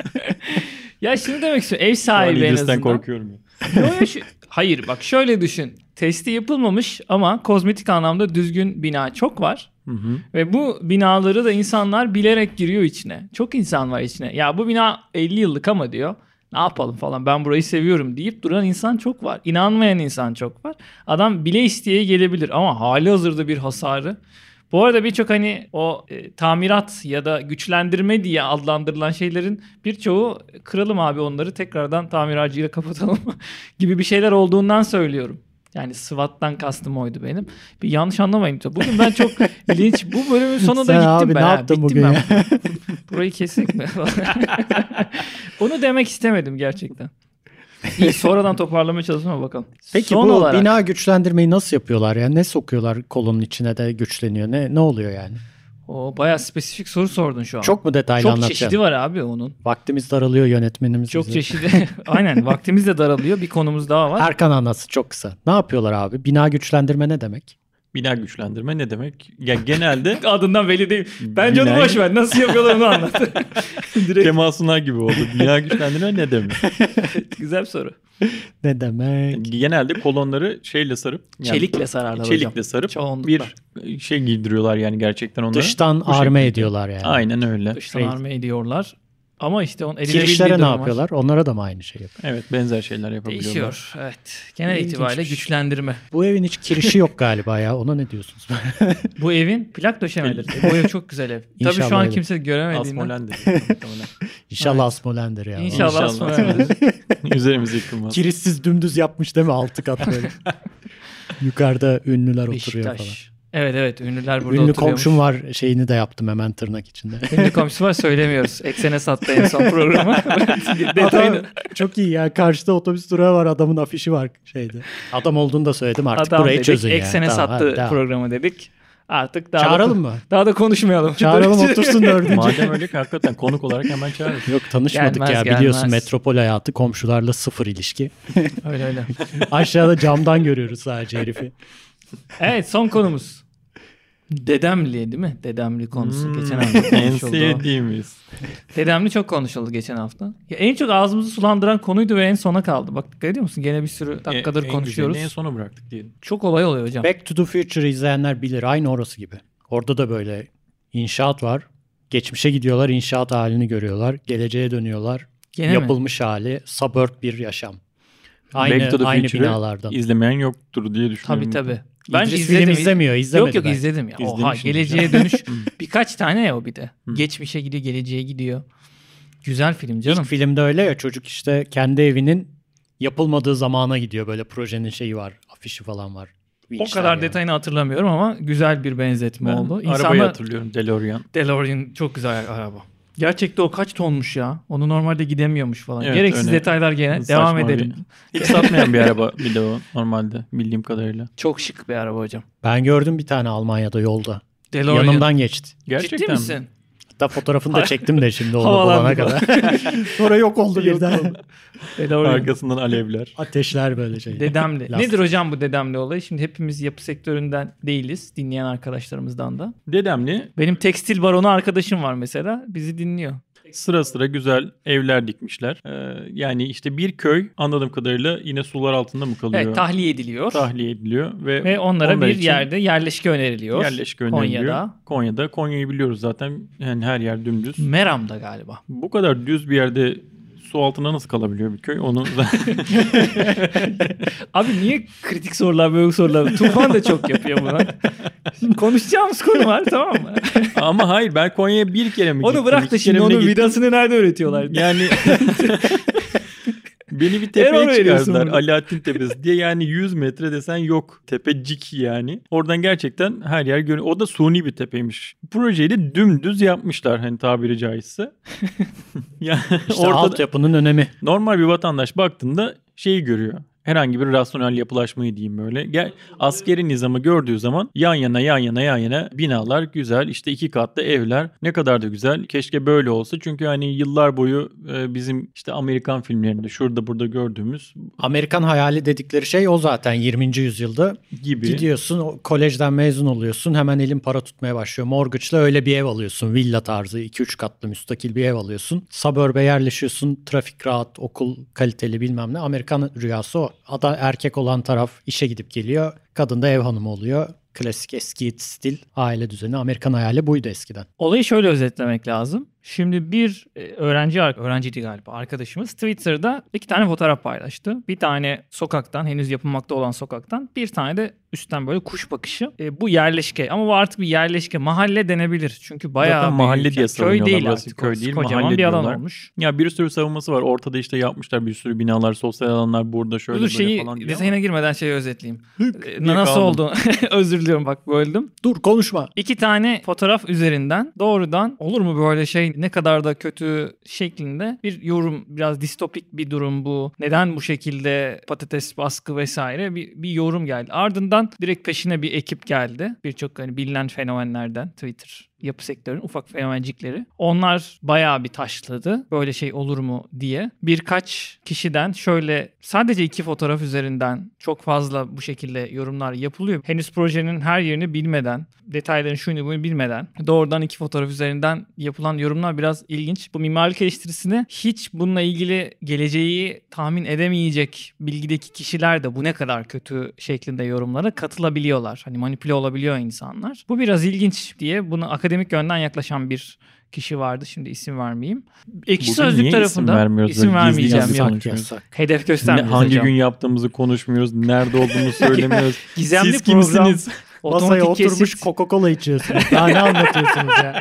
S2: ya şunu demek istiyorum. Ev
S3: Şu an
S2: sahibi en
S3: İdris'ten
S2: azından.
S3: korkuyorum ya.
S2: Yo, yo, şu- Hayır bak şöyle düşün. Testi yapılmamış ama kozmetik anlamda düzgün bina çok var.
S3: Hı hı.
S2: Ve bu binaları da insanlar bilerek giriyor içine. Çok insan var içine. Ya bu bina 50 yıllık ama diyor. Ne yapalım falan ben burayı seviyorum deyip duran insan çok var. İnanmayan insan çok var. Adam bile isteye gelebilir ama hali hazırda bir hasarı. Bu arada birçok hani o e, tamirat ya da güçlendirme diye adlandırılan şeylerin birçoğu kıralım abi onları tekrardan tamiracıyla kapatalım gibi bir şeyler olduğundan söylüyorum. Yani SWAT'tan kastım oydu benim. Bir yanlış anlamayın. Bugün ben çok linç bu bölümün sonunda
S1: Sen
S2: gittim
S1: abi
S2: ben.
S1: ne
S2: ha.
S1: yaptın
S2: Bittim
S1: bugün
S2: ben. Burayı kesik mi? Onu demek istemedim gerçekten. İyi, sonradan toparlamaya çalışma bakalım.
S1: Peki
S2: Son
S1: bu
S2: olarak
S1: bina güçlendirmeyi nasıl yapıyorlar? Yani ne sokuyorlar kolonun içine de güçleniyor? Ne ne oluyor yani?
S2: o bayağı spesifik soru sordun şu an.
S1: Çok mu detaylı
S2: çok
S1: anlatacağım?
S2: çeşidi var abi onun.
S1: Vaktimiz daralıyor yönetmenimiz.
S2: Çok
S1: bize.
S2: çeşidi. Aynen vaktimiz de daralıyor. Bir konumuz daha var.
S1: Erkan anlatsın çok kısa. Ne yapıyorlar abi? Bina güçlendirme ne demek?
S3: Bina güçlendirme ne demek? Ya genelde
S2: Adından belli değil. Bence onu
S3: Binay-
S2: boş ver. Nasıl yapıyorlar onu anlat. Direkt
S3: Kemal Sunal gibi oldu. Bina güçlendirme ne demek?
S2: güzel bir soru.
S1: Ne demek?
S3: Genelde kolonları şeyle sarıp yani
S2: Çelikle sararlar hocam.
S3: çelikle sarıp
S2: Çoğunlukla.
S3: bir şey giydiriyorlar yani gerçekten onlara.
S1: Dıştan
S3: Bu
S1: arme
S3: şekilde.
S1: ediyorlar yani.
S3: Aynen öyle.
S2: Dıştan
S1: Şey-
S2: arma ediyorlar. Ama işte onun edilebildiği
S1: Kirişlere
S2: durum
S1: ne
S2: var.
S1: yapıyorlar? Onlara da mı aynı şey yapıyor?
S3: Evet benzer şeyler yapabiliyorlar.
S2: Değişiyor. Evet. Genel
S1: İlginç
S2: itibariyle
S1: bir şey.
S2: güçlendirme.
S1: Bu evin hiç kirişi yok galiba ya. Ona ne diyorsunuz?
S2: Bu evin plak döşemeleri. E, bu ev çok güzel ev. Tabii
S1: İnşallah
S2: şu an
S1: öyle.
S2: kimse göremediğinden.
S3: Asmolen dedi. muhtemelen.
S1: İnşallah
S2: Evet.
S1: Asmolen'dir ya.
S2: İnşallah,
S3: İnşallah.
S2: Asmolen'dir.
S3: Üzerimiz yıkılmaz.
S1: Kirişsiz dümdüz yapmış değil mi? Altı kat böyle. Yukarıda ünlüler oturuyor falan.
S2: Beşiktaş. Evet evet ünlüler burada
S1: Ünlü
S2: oturuyormuş.
S1: komşum var şeyini de yaptım hemen tırnak içinde.
S2: Ünlü komşusu var söylemiyoruz. Eksene sattı en son programı.
S1: Adam,
S2: Detayını.
S1: çok iyi ya. Karşıda otobüs durağı var. Adamın afişi var şeyde. Adam olduğunu da söyledim artık.
S2: Adam
S1: burayı
S2: dedik.
S1: çözün ya.
S2: Eksene
S1: Tamam,
S2: sattı
S1: hadi, devam.
S2: programı dedik. Artık daha
S1: Çağıralım
S2: da,
S1: mı?
S2: Daha da konuşmayalım.
S1: Çağıralım otursun dördüncü.
S3: Madem öyle ki hakikaten konuk olarak hemen çağırırız.
S1: Yok tanışmadık
S2: Gelmez,
S1: ya
S2: gelmez.
S1: biliyorsun metropol hayatı komşularla sıfır ilişki.
S2: öyle öyle.
S1: Aşağıda camdan görüyoruz sadece herifi.
S2: Evet son konumuz. Dedemli değil mi? Dedemli konusu
S1: Hmm.
S2: geçen hafta
S3: Hmm. en
S2: konuşuldu.
S3: sevdiğimiz.
S2: Dedemli çok konuşuldu geçen hafta. Ya en çok ağzımızı sulandıran konuydu ve en sona kaldı. Bak dikkat ediyor musun? Gene bir sürü dakikadır
S3: E, En- en
S2: konuşuyoruz.
S3: güzelini En sona bıraktık diyelim.
S2: Çok olay oluyor hocam.
S1: Back to the Future'ı izleyenler bilir. Aynı orası gibi. Orada da böyle inşaat var. Geçmişe gidiyorlar, inşaat halini görüyorlar. Geleceğe dönüyorlar.
S2: Gene mi?
S1: Yapılmış hali, suburb bir yaşam. Aynı
S3: Back to the
S1: aynı
S3: Future'ı
S1: binalardan.
S3: İzlemeyen yoktur diye
S2: Tabii
S3: düşünüyorum.
S2: tabii. Ben
S1: Ben İdris
S2: izledim.
S1: film izlemiyor, izlemedim
S2: Yok yok
S1: ben. Hmm.
S2: izledim ya. Oha
S3: İzlemişim
S2: geleceğe dönüş. Birkaç tane ya o bir de.
S3: Hı.
S2: Geçmişe gidiyor, geleceğe gidiyor. Güzel film
S1: İlk
S2: canım.
S1: filmde öyle ya çocuk işte kendi evinin yapılmadığı zamana gidiyor. Böyle projenin şeyi var, afişi falan var.
S2: o
S1: Vinçler
S2: kadar
S1: yani.
S2: detayını hatırlamıyorum ama güzel bir benzetme
S3: Ben
S2: oldu.
S3: arabayı
S2: İnsanlar
S3: hatırlıyorum DeLorean.
S2: DeLorean çok güzel araba. Gerçekte o kaç tonmuş ya? Onu normalde gidemiyormuş falan.
S3: Evet,
S2: Gereksiz
S3: öyle.
S2: detaylar gene.
S3: Saçma
S2: Devam
S3: bir-
S2: edelim.
S3: Hiç satmayan bir araba bir de o normalde bildiğim kadarıyla.
S2: Çok şık bir araba hocam.
S1: Ben gördüm bir tane Almanya'da yolda.
S2: DeLorean.
S1: Yanımdan geçti.
S3: Gerçekten
S2: Ciddi
S3: mi?
S2: misin?
S1: Hatta fotoğrafını da çektim de şimdi onu bulana
S2: Havalandı
S1: kadar. Sonra yok oldu
S2: Yok
S1: birden.
S2: oldu. Helal olsun.
S3: Arkasından alevler.
S1: Ateşler böyle şey.
S2: Dedemli.
S1: Lastik.
S2: Nedir hocam bu dedemli olayı? Şimdi hepimiz yapı sektöründen değiliz. Dinleyen arkadaşlarımızdan da.
S3: Dedemli
S2: Benim tekstil baronu arkadaşım var mesela. Bizi dinliyor.
S3: sıra sıra güzel evler dikmişler. Ee, yani işte bir köy anladığım kadarıyla yine sular altında mı kalıyor?
S2: Evet tahliye ediliyor.
S3: tahliye ediliyor ve,
S2: Ve onlara
S3: onlar
S2: bir
S3: için
S2: yerde yerleşke öneriliyor.
S3: yerleşke öneriliyor.
S2: Konya'da.
S3: Konya'da. Konya'yı biliyoruz zaten. Yani her yer dümdüz.
S2: Meram'da galiba.
S3: Bu kadar düz bir yerde su altında nasıl kalabiliyor bir köy? Onu
S2: Abi niye kritik sorular böyle sorular? Tufan da çok yapıyor bunu. Şimdi konuşacağımız konu var tamam mı?
S3: Ama hayır ben Konya'ya bir kere mi gittim?
S2: onu bırak da
S3: iki
S2: şimdi
S3: kere mi ne
S2: onun
S3: gittim?
S2: vidasını nerede öğretiyorlar?
S3: Yani beni bir
S2: Error
S3: tepeye
S2: veriyorsun
S3: çıkardılar.
S2: burada.
S3: Alaaddin Tepesi diye yani 100 metre desen yok. Tepecik yani. Oradan gerçekten her yer görünüyor. O da suni bir tepeymiş. Projeyi de dümdüz yapmışlar hani tabiri caizse. yani
S1: İşte
S3: ortada-
S1: altyapının önemi.
S3: normal bir vatandaş baktığında şeyi görüyor. Herhangi bir rasyonel yapılaşmayı diyeyim böyle. Gel, askeri nizamı gördüğü zaman yan yana yan yana yan yana binalar güzel. işte iki katlı evler ne kadar da güzel. Keşke böyle olsa. Çünkü hani yıllar boyu e, bizim işte Amerikan filmlerinde şurada burada gördüğümüz
S1: Amerikan hayali dedikleri şey o zaten 20. yüzyılda.
S3: gibi.
S1: Gidiyorsun o kolejden mezun oluyorsun hemen elin para tutmaya başlıyor. Mortgage'la öyle bir ev alıyorsun. Villa tarzı 2-3 katlı müstakil bir ev alıyorsun. Suburb'e yerleşiyorsun. Trafik rahat, okul kaliteli bilmem ne. Amerikan rüyası o. Ada erkek olan taraf işe gidip geliyor. Kadın da ev hanımı oluyor. Klasik eski stil aile düzeni. Amerikan hayali buydu eskiden.
S2: Olayı şöyle özetlemek lazım. Şimdi bir e, öğrenci öğrenciydi galiba arkadaşımız Twitter'da iki tane fotoğraf paylaştı. Bir tane sokaktan henüz yapılmakta olan sokaktan bir tane de üstten böyle kuş bakışı. E, bu yerleşke ama bu artık bir yerleşke mahalle denebilir. Çünkü bayağı
S3: Zaten
S2: büyük.
S3: mahalle
S2: Yani
S3: diye
S2: köy
S3: savunuyorlar
S2: değil
S3: burası.
S2: artık.
S3: Köy
S2: orası.
S3: değil,
S2: Kocaman
S3: mahalle
S2: bir alan
S3: diyorlar.
S2: olmuş.
S3: Ya bir sürü savunması var. Ortada işte yapmışlar bir sürü binalar, sosyal alanlar burada şöyle
S2: Dur
S3: böyle
S2: şeyi
S3: falan diye.
S2: detayına girmeden şeyi özetleyeyim. E,
S3: diye
S2: Nasıl
S3: kaldım.
S2: oldu? Özür diliyorum bak böldüm.
S1: Dur konuşma.
S2: İki tane fotoğraf üzerinden doğrudan olur mu böyle şey ne kadar da kötü şeklinde bir yorum biraz distopik bir durum bu. Neden bu şekilde patates baskı vesaire bir, bir yorum geldi. Ardından direkt peşine bir ekip geldi. Birçok hani bilinen fenomenlerden Twitter yapı sektörün ufak fenomencikleri. Onlar bayağı bir taşladı. Böyle şey olur mu diye. Birkaç kişiden şöyle sadece iki fotoğraf üzerinden çok fazla bu şekilde yorumlar yapılıyor. Henüz projenin her yerini bilmeden, detayların şunu bunu bilmeden doğrudan iki fotoğraf üzerinden yapılan yorumlar biraz ilginç. Bu mimarlık eleştirisini hiç bununla ilgili geleceği tahmin edemeyecek bilgideki kişiler de bu ne kadar kötü şeklinde yorumlara katılabiliyorlar. Hani manipüle olabiliyor insanlar. Bu biraz ilginç diye bunu akademik yönden yaklaşan bir kişi vardı. Şimdi isim vermeyeyim. Ekşi
S3: Bugün
S2: Sözlük
S3: niye isim
S2: tarafında
S3: vermiyoruz böyle?
S2: isim
S3: Gizli
S2: vermeyeceğim.
S3: gizli
S2: yok.
S3: konuşuyoruz.
S1: Yasak.
S2: Hedef
S3: Ne-
S2: göstermiyoruz
S3: hangi
S2: hocam.
S3: gün yaptığımızı konuşmuyoruz. Nerede olduğumuzu söylemiyoruz.
S2: Gizemli
S3: Siz
S2: program.
S3: kimsiniz?
S1: Masaya
S2: Otomatik
S1: oturmuş
S2: kesit.
S1: Coca-Cola içiyorsunuz. Daha ne anlatıyorsunuz ya?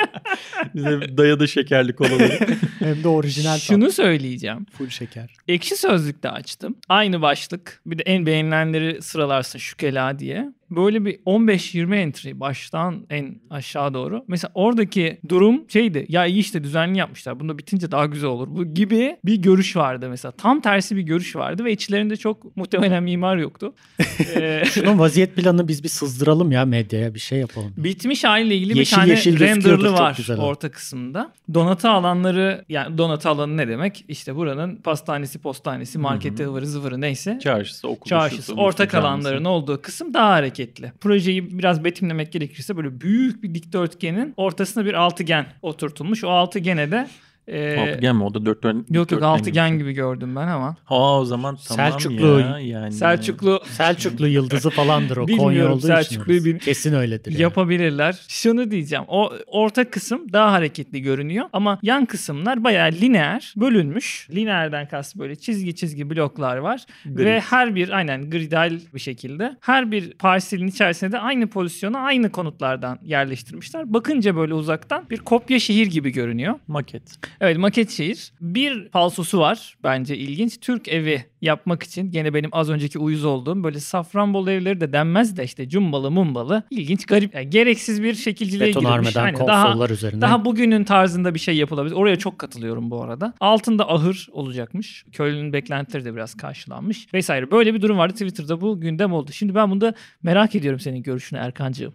S3: Bize dayadı şekerli kolaları.
S1: Hem de orijinal Şunu...
S2: Şunu söyleyeceğim.
S1: full şeker.
S2: Ekşi Sözlük'te açtım. Aynı başlık. Bir de en beğenilenleri sıralarsın şükela diye. Böyle bir 15-20 entry baştan en aşağı doğru. Mesela oradaki durum şeydi. Ya iyi işte düzenli yapmışlar. Bunu bitince daha güzel olur. Bu gibi bir görüş vardı mesela. Tam tersi bir görüş vardı ve içlerinde çok muhtemelen mimar yoktu. Ee,
S1: Şunun vaziyet planını biz bir sızdıralım ya medyaya bir şey yapalım.
S2: Bitmiş haliyle ilgili
S1: Yeşil
S2: bir tane
S1: yeşil gözüküyordur,
S2: renderlı
S1: çok
S2: var
S1: güzel o.
S2: orta kısımda. Donatı alanları yani donatı alanı ne demek? İşte buranın pastanesi, postanesi, marketi, ıvırı zıvırı neyse.
S3: Çarşısı, okulu.
S2: Çarşısı,
S3: şusu,
S2: ortak
S3: busu, camisi.
S2: alanların olduğu kısım daha hareketli. Projeyi biraz betimlemek gerekirse böyle büyük bir dikdörtgenin ortasına bir altıgen oturtulmuş. O altıgene de e,
S3: Altıgen mi? O da dörtgen.
S2: yok yok
S3: dörtgen
S2: altıgen gibi gördüm ben ama.
S3: Ha o zaman tamam
S1: Selçuklu-
S3: ya. Yani.
S2: Selçuklu
S1: Hmm. Selçuklu yıldızı falandır o.
S2: Bilmiyorum,
S1: Konya olduğu
S2: Selçuklu'yu
S1: için.
S2: bil-
S1: Kesin öyledir. yani.
S2: Yapabilirler. Şunu diyeceğim. O orta kısım daha hareketli görünüyor ama yan kısımlar bayağı lineer, bölünmüş. Lineerden kastı böyle çizgi çizgi bloklar var
S3: Grid.
S2: ve her bir aynen gridal bir şekilde her bir parselin içerisinde de aynı pozisyona aynı konutlardan yerleştirmişler. Bakınca böyle uzaktan bir kopya şehir gibi görünüyor.
S3: Maket.
S2: Evet maket şehir. Bir falsosu var bence ilginç. Türk evi yapmak için gene benim az önceki uyuz olduğum böyle safranbolu evleri de denmez de işte cumbalı mumbalı ilginç garip yani gereksiz bir şekilciliğe girilmiş.
S1: Betonarmeden
S2: Aynen,
S1: konsollar
S2: daha,
S1: üzerine.
S2: daha bugünün tarzında bir şey yapılabilir. Oraya çok katılıyorum bu arada. Altında ahır olacakmış. Köylünün beklentileri de biraz karşılanmış vesaire. Böyle bir durum vardı Twitter'da bu gündem oldu. Şimdi ben bunda merak ediyorum senin görüşünü Erkancığım.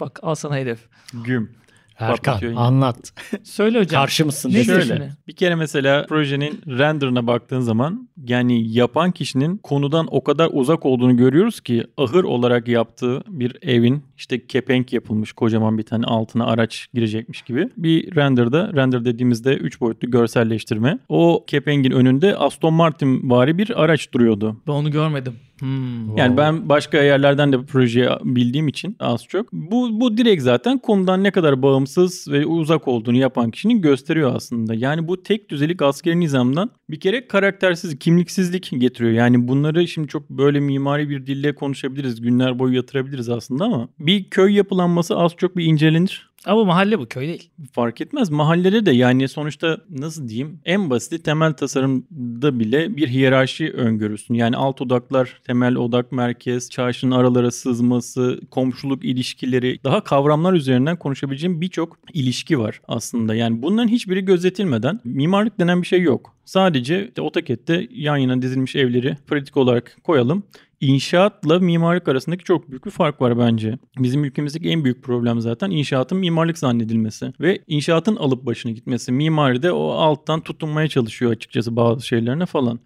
S2: Bak al sana hedef.
S3: Güm.
S1: Erkan
S3: patlatıyor yine.
S1: anlat.
S2: Söyle hocam.
S1: Karşı mısın?
S2: Ne
S1: dedi.
S2: diyorsun?
S3: Şöyle
S2: şimdi?
S3: bir kere mesela projenin renderına baktığın zaman yani yapan kişinin konudan o kadar uzak olduğunu görüyoruz ki ahır olarak yaptığı bir evin işte kepenk yapılmış kocaman bir tane altına araç girecekmiş gibi bir renderda render dediğimizde 3 boyutlu görselleştirme o kepengin önünde Aston Martin vari bir araç duruyordu.
S2: Ben onu görmedim. Hmm.
S1: Wow.
S3: Yani ben başka yerlerden de projeyi bildiğim için az çok. Bu, bu direkt zaten konudan ne kadar bağımsız ve uzak olduğunu yapan kişinin gösteriyor aslında. Yani bu tek düzelik askeri nizamdan bir kere karaktersiz, kimliksizlik getiriyor. Yani bunları şimdi çok böyle mimari bir dille konuşabiliriz. Günler boyu yatırabiliriz aslında ama bir köy yapılanması az çok bir incelenir
S2: Ama mahalle bu köy değil.
S3: fark etmez. Mahallede de yani sonuçta nasıl diyeyim en basiti temel tasarımda bile bir hiyerarşi öngörürsün. Yani alt odaklar, temel odak, merkez, çarşının aralara sızması, komşuluk ilişkileri daha kavramlar üzerinden konuşabileceğim birçok ilişki var aslında. Yani bunların hiçbiri gözetilmeden mimarlık denen bir şey yok. Sadece işte AutoCAD'de yan yana dizilmiş evleri pratik olarak koyalım. İnşaatla mimarlık arasındaki çok büyük bir fark var bence. Bizim ülkemizdeki en büyük problem zaten inşaatın mimarlık zannedilmesi ve inşaatın alıp başına gitmesi. Mimari de o alttan tutunmaya çalışıyor açıkçası bazı şeylerine falan.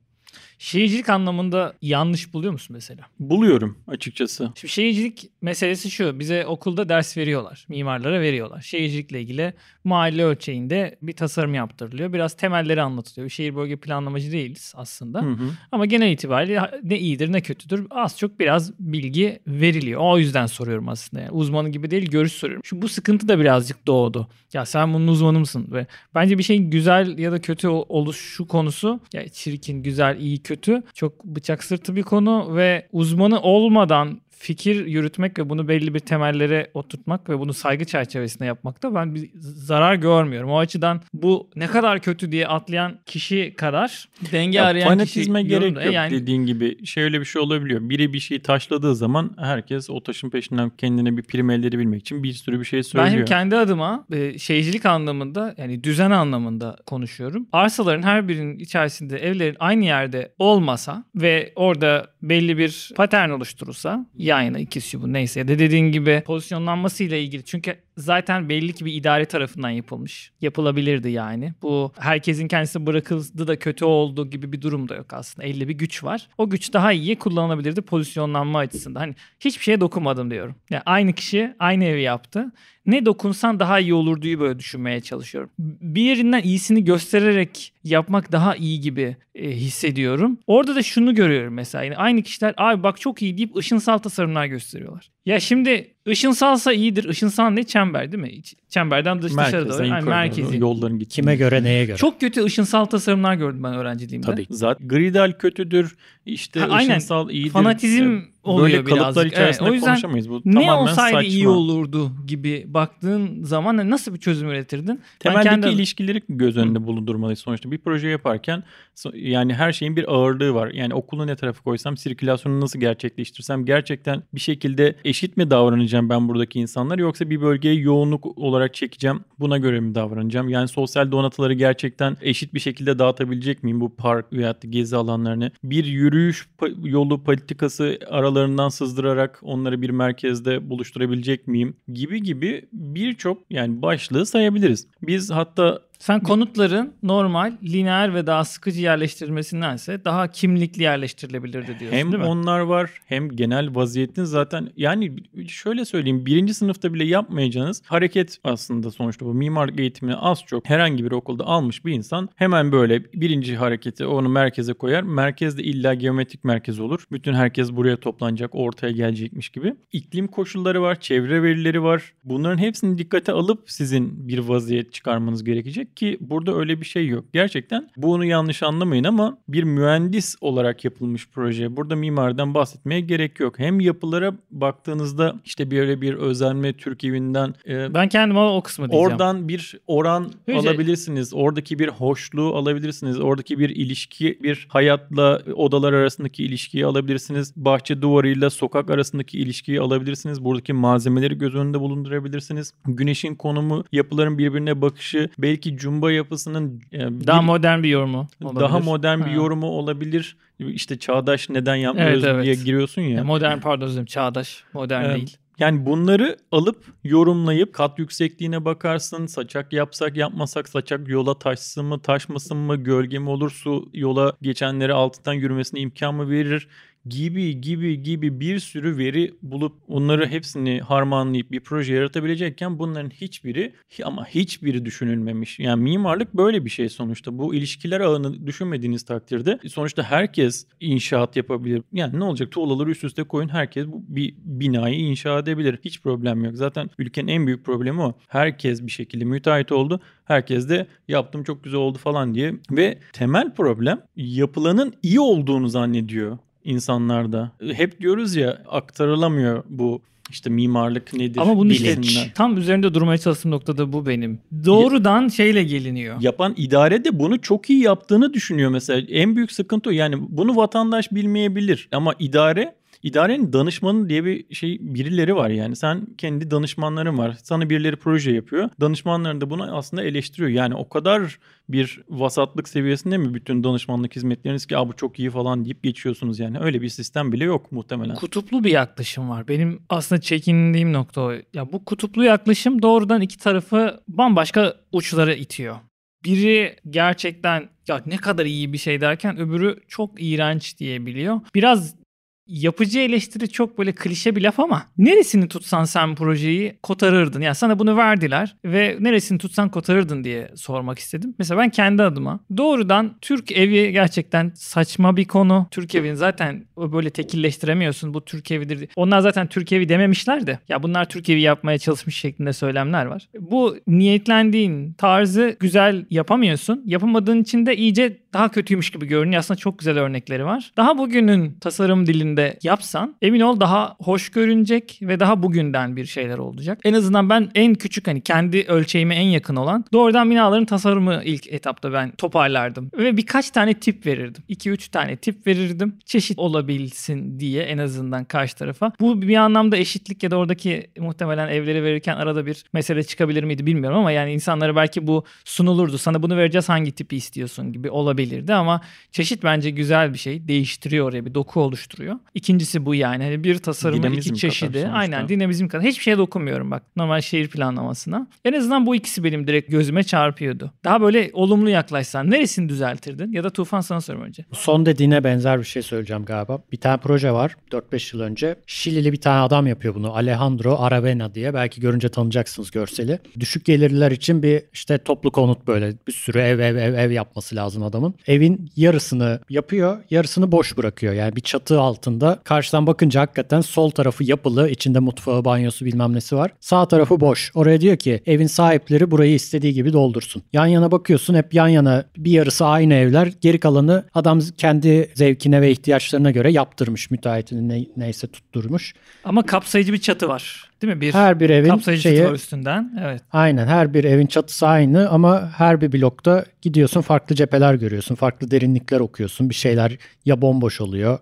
S2: Şehircilik anlamında yanlış buluyor musun mesela?
S3: Buluyorum açıkçası.
S2: Şimdi şehircilik meselesi şu. Bize okulda ders veriyorlar. Mimarlara veriyorlar. Şehircilikle ilgili mahalle ölçeğinde bir tasarım yaptırılıyor. Biraz temelleri anlatılıyor. Şehir bölge planlamacı değiliz aslında.
S3: Hı hı.
S2: Ama genel itibariyle ha- ne iyidir ne kötüdür az çok biraz bilgi veriliyor. O yüzden soruyorum aslında. Yani uzmanı gibi değil görüş soruyorum. Şu bu sıkıntı da birazcık doğdu. Ya sen bunun uzmanı mısın? Ve bence bir şeyin güzel ya da kötü ol- oluşu konusu ya çirkin, güzel, iyi, kötü çok bıçak sırtı bir konu ve uzmanı olmadan fikir yürütmek ve bunu belli bir temellere oturtmak ve bunu saygı çerçevesinde yapmakta ben bir zarar görmüyorum. O açıdan bu ne kadar kötü diye atlayan kişi kadar denge
S3: Ya
S2: arayan
S3: fanatizme
S2: kişi
S3: gerek
S2: yorum da-
S3: yok
S2: yani
S3: dediğin gibi. Şöyle bir şey olabiliyor. Biri bir şeyi taşladığı zaman herkes o taşın peşinden kendine bir prim elde edebilmek için bir sürü bir şey
S2: Ben
S3: söylüyor.
S2: hem kendi adıma e, şeycilik anlamında yani düzen anlamında konuşuyorum. Arsaların her birinin içerisinde evlerin aynı yerde olmasa ve orada belli bir patern oluşturulsa yan yana ikisi bu neyse ya da dediğin gibi pozisyonlanmasıyla ilgili çünkü zaten belli ki bir idare tarafından yapılmış. Yapılabilirdi yani. Bu herkesin kendisi bırakıldı da kötü oldu gibi bir durum da yok aslında. Elde bir güç var. O güç daha iyi kullanılabilirdi pozisyonlanma açısından. Hani hiçbir şeye dokunmadım diyorum. Yani aynı kişi aynı evi yaptı. Ne dokunsan daha iyi olur diye böyle düşünmeye çalışıyorum. Bir yerinden iyisini göstererek yapmak daha iyi gibi e, hissediyorum. Orada da şunu görüyorum mesela. Yani aynı kişiler abi bak çok iyi deyip ışınsal tasarımlar gösteriyorlar. Ya şimdi ışınsalsa iyidir. Işınsal ne? Çember değil mi? İç- Çemberden dış dışarı doğru.
S3: Merkezden
S2: Yani
S3: yukarı doğru
S2: merkezi.
S3: Yolların gittiği.
S1: Kime göre neye göre?
S2: Çok kötü ışınsal tasarımlar gördüm ben öğrenciliğimde.
S1: Tabii.
S3: Zaten gridal kötüdür, işte
S2: Ha, aynen.
S3: ışınsal iyidir.
S2: Fanatizm
S3: E, Böyle
S2: oluyor
S3: kalıplar
S2: birazcık. Evet,
S3: içerisinde
S2: o yüzden
S3: konuşamayız. Bu
S2: Ne
S3: tamamen
S2: olsaydı
S3: saçma.
S2: iyi olurdu gibi baktığın zaman hani nasıl bir çözüm üretirdin? Ben
S3: Temeldeki
S2: kendi-
S3: ilişkileri göz önünde bulundurmalıyız sonuçta. Bir proje yaparken so- yani her şeyin bir ağırlığı var. Yani okulu ne tarafa koysam, sirkülasyonu nasıl gerçekleştirsem gerçekten bir şekilde eşit mi davranacağım ben buradaki insanlar yoksa bir bölgeye yoğunluk olarak çekeceğim. Buna göre mi davranacağım? Yani sosyal donatıları gerçekten eşit bir şekilde dağıtabilecek miyim bu park veyahut da gezi alanlarını? Bir yürüyüş pa- yolu politikası aralarından sızdırarak onları bir merkezde buluşturabilecek miyim? Gibi gibi birçok yani başlığı sayabiliriz. Biz hatta
S2: Sen konutların normal, lineer ve daha sıkıcı yerleştirilmesindense daha kimlikli yerleştirilebilirdi diyorsun
S3: Hem
S2: değil mi?
S3: onlar var hem genel vaziyetin zaten yani şöyle söyleyeyim birinci sınıfta bile yapmayacağınız hareket aslında sonuçta bu mimarlık eğitimini az çok herhangi bir okulda almış bir insan hemen böyle birinci hareketi onu merkeze koyar. Merkezde illa geometrik merkez olur. Bütün herkes buraya toplanacak ortaya gelecekmiş gibi. İklim koşulları var çevre verileri var. Bunların hepsini dikkate alıp sizin bir vaziyet çıkarmanız gerekecek ki burada öyle bir şey yok. Gerçekten bunu yanlış anlamayın ama bir mühendis olarak yapılmış proje. Burada mimardan bahsetmeye gerek yok. Hem yapılara baktığınızda işte böyle bir özenme Türk evinden e,
S2: Ben kendime o kısmı diyeceğim.
S3: Oradan bir oran
S2: Hüce-
S3: alabilirsiniz. Oradaki bir hoşluğu alabilirsiniz. Oradaki bir ilişki, bir hayatla odalar arasındaki ilişkiyi alabilirsiniz. Bahçe duvarıyla sokak arasındaki ilişkiyi alabilirsiniz. Buradaki malzemeleri göz önünde bulundurabilirsiniz. Güneşin konumu, yapıların birbirine bakışı, belki cumba yapısının e, bir-
S2: daha modern bir yorumu olabilir.
S3: daha modern bir
S2: Ha.
S3: yorumu olabilir. İşte çağdaş neden yapmıyoruz
S2: Evet, evet.
S3: diye giriyorsun ya.
S2: Ya modern pardon özür dilerim çağdaş. Modern
S3: Ee,
S2: değil.
S3: Yani bunları alıp yorumlayıp kat yüksekliğine bakarsın. Saçak yapsak yapmasak saçak yola taşsın mı taşmasın mı gölge mi olur su yola geçenlere altından yürümesine imkan mı verir gibi gibi gibi bir sürü veri bulup onları hepsini harmanlayıp bir proje yaratabilecekken bunların hiçbiri ama hiçbiri düşünülmemiş. Yani mimarlık böyle bir şey sonuçta. Bu ilişkiler ağını düşünmediğiniz takdirde sonuçta herkes inşaat yapabilir. Yani ne olacak? Tuğlaları üst üste koyun herkes bu bir binayı inşa edebilir. Hiç problem yok. Zaten ülkenin en büyük problemi o. Herkes bir şekilde müteahhit oldu. Herkes de yaptım çok güzel oldu falan diye ve temel problem yapılanın iyi olduğunu zannediyor insanlarda. Hep diyoruz ya aktarılamıyor bu işte mimarlık nedir?
S2: Ama bunun işte
S3: bilgisinden.
S2: tam üzerinde durmaya çalıştığım noktada bu benim. Doğrudan şeyle geliniyor.
S3: Yapan idare de bunu çok iyi yaptığını düşünüyor mesela. En büyük sıkıntı o. Yani bunu vatandaş bilmeyebilir ama idare İdarenin danışmanı diye bir şey birileri var yani. Sen kendi danışmanların var. Sana birileri proje yapıyor. Danışmanların da bunu aslında eleştiriyor. Yani o kadar bir vasatlık seviyesinde mi bütün danışmanlık hizmetleriniz ki "Aa, bu çok iyi falan deyip geçiyorsunuz yani. Öyle bir sistem bile yok muhtemelen.
S2: Kutuplu bir yaklaşım var. Benim aslında çekindiğim nokta o. Ya bu kutuplu yaklaşım doğrudan iki tarafı bambaşka uçlara itiyor. Biri gerçekten ya ne kadar iyi bir şey derken öbürü çok iğrenç diyebiliyor. Biraz yapıcı eleştiri çok böyle klişe bir laf ama neresini tutsan sen projeyi kotarırdın. Ya sana bunu verdiler ve neresini tutsan kotarırdın diye sormak istedim. Mesela ben kendi adıma doğrudan Türk evi gerçekten saçma bir konu. Türk evini zaten o böyle tekilleştiremiyorsun. Bu Türk evidir. Onlar zaten Türk evi dememişler de. Ya bunlar Türk evi yapmaya çalışmış şeklinde söylemler var. Bu niyetlendiğin tarzı güzel yapamıyorsun. Yapamadığın için de iyice daha kötüymüş gibi görünüyor. Aslında çok güzel örnekleri var. Daha bugünün tasarım dilinde yapsan emin ol daha hoş görünecek ve daha bugünden bir şeyler olacak. En azından ben en küçük hani kendi ölçeğime en yakın olan doğrudan binaların tasarımı ilk etapta ben toparlardım. Ve birkaç tane tip verirdim. 2-3 tane tip verirdim. Çeşit olabilsin diye en azından karşı tarafa. Bu bir anlamda eşitlik ya da oradaki muhtemelen evleri verirken arada bir mesele çıkabilir miydi bilmiyorum ama yani insanlara belki bu sunulurdu. Sana bunu vereceğiz hangi tipi istiyorsun gibi olabilirdi ama çeşit bence güzel bir şey. Değiştiriyor oraya bir doku oluşturuyor. İkincisi bu yani. Hani bir tasarımın
S3: Dinamizm
S2: iki
S3: katar
S2: çeşidi.
S3: sonuçta.
S2: Aynen dinamizm kadar. Hiçbir şeye dokunmuyorum bak normal şehir planlamasına. En azından bu ikisi benim direkt gözüme çarpıyordu. Daha böyle olumlu yaklaşsan neresini düzeltirdin? Ya da Tufan sana sorayım önce.
S1: Son dediğine benzer bir şey söyleyeceğim galiba. Bir tane proje var 4-5 yıl önce. Şilili bir tane adam yapıyor bunu. Alejandro Aravena diye. Belki görünce tanıyacaksınız görseli. Düşük gelirliler için bir işte toplu konut böyle bir sürü ev ev ev ev yapması lazım adamın. Evin yarısını yapıyor, yarısını boş bırakıyor. Yani bir çatı altında. Karşıdan bakınca hakikaten sol tarafı yapılı. içinde mutfağı, banyosu bilmem nesi var. Sağ tarafı boş. Oraya diyor ki evin sahipleri burayı istediği gibi doldursun. Yan yana bakıyorsun hep yan yana bir yarısı aynı evler. Geri kalanı adam kendi zevkine ve ihtiyaçlarına göre yaptırmış. Müteahhitini ne- neyse tutturmuş.
S2: Ama kapsayıcı bir çatı var. Değil mi? Bir
S1: Her bir evin
S2: kapsayıcı
S1: şeyi
S2: çatı var üstünden. Evet.
S1: Aynen her bir evin çatısı aynı ama her bir blokta gidiyorsun farklı cepheler görüyorsun. Farklı derinlikler okuyorsun. Bir şeyler ya bomboş oluyor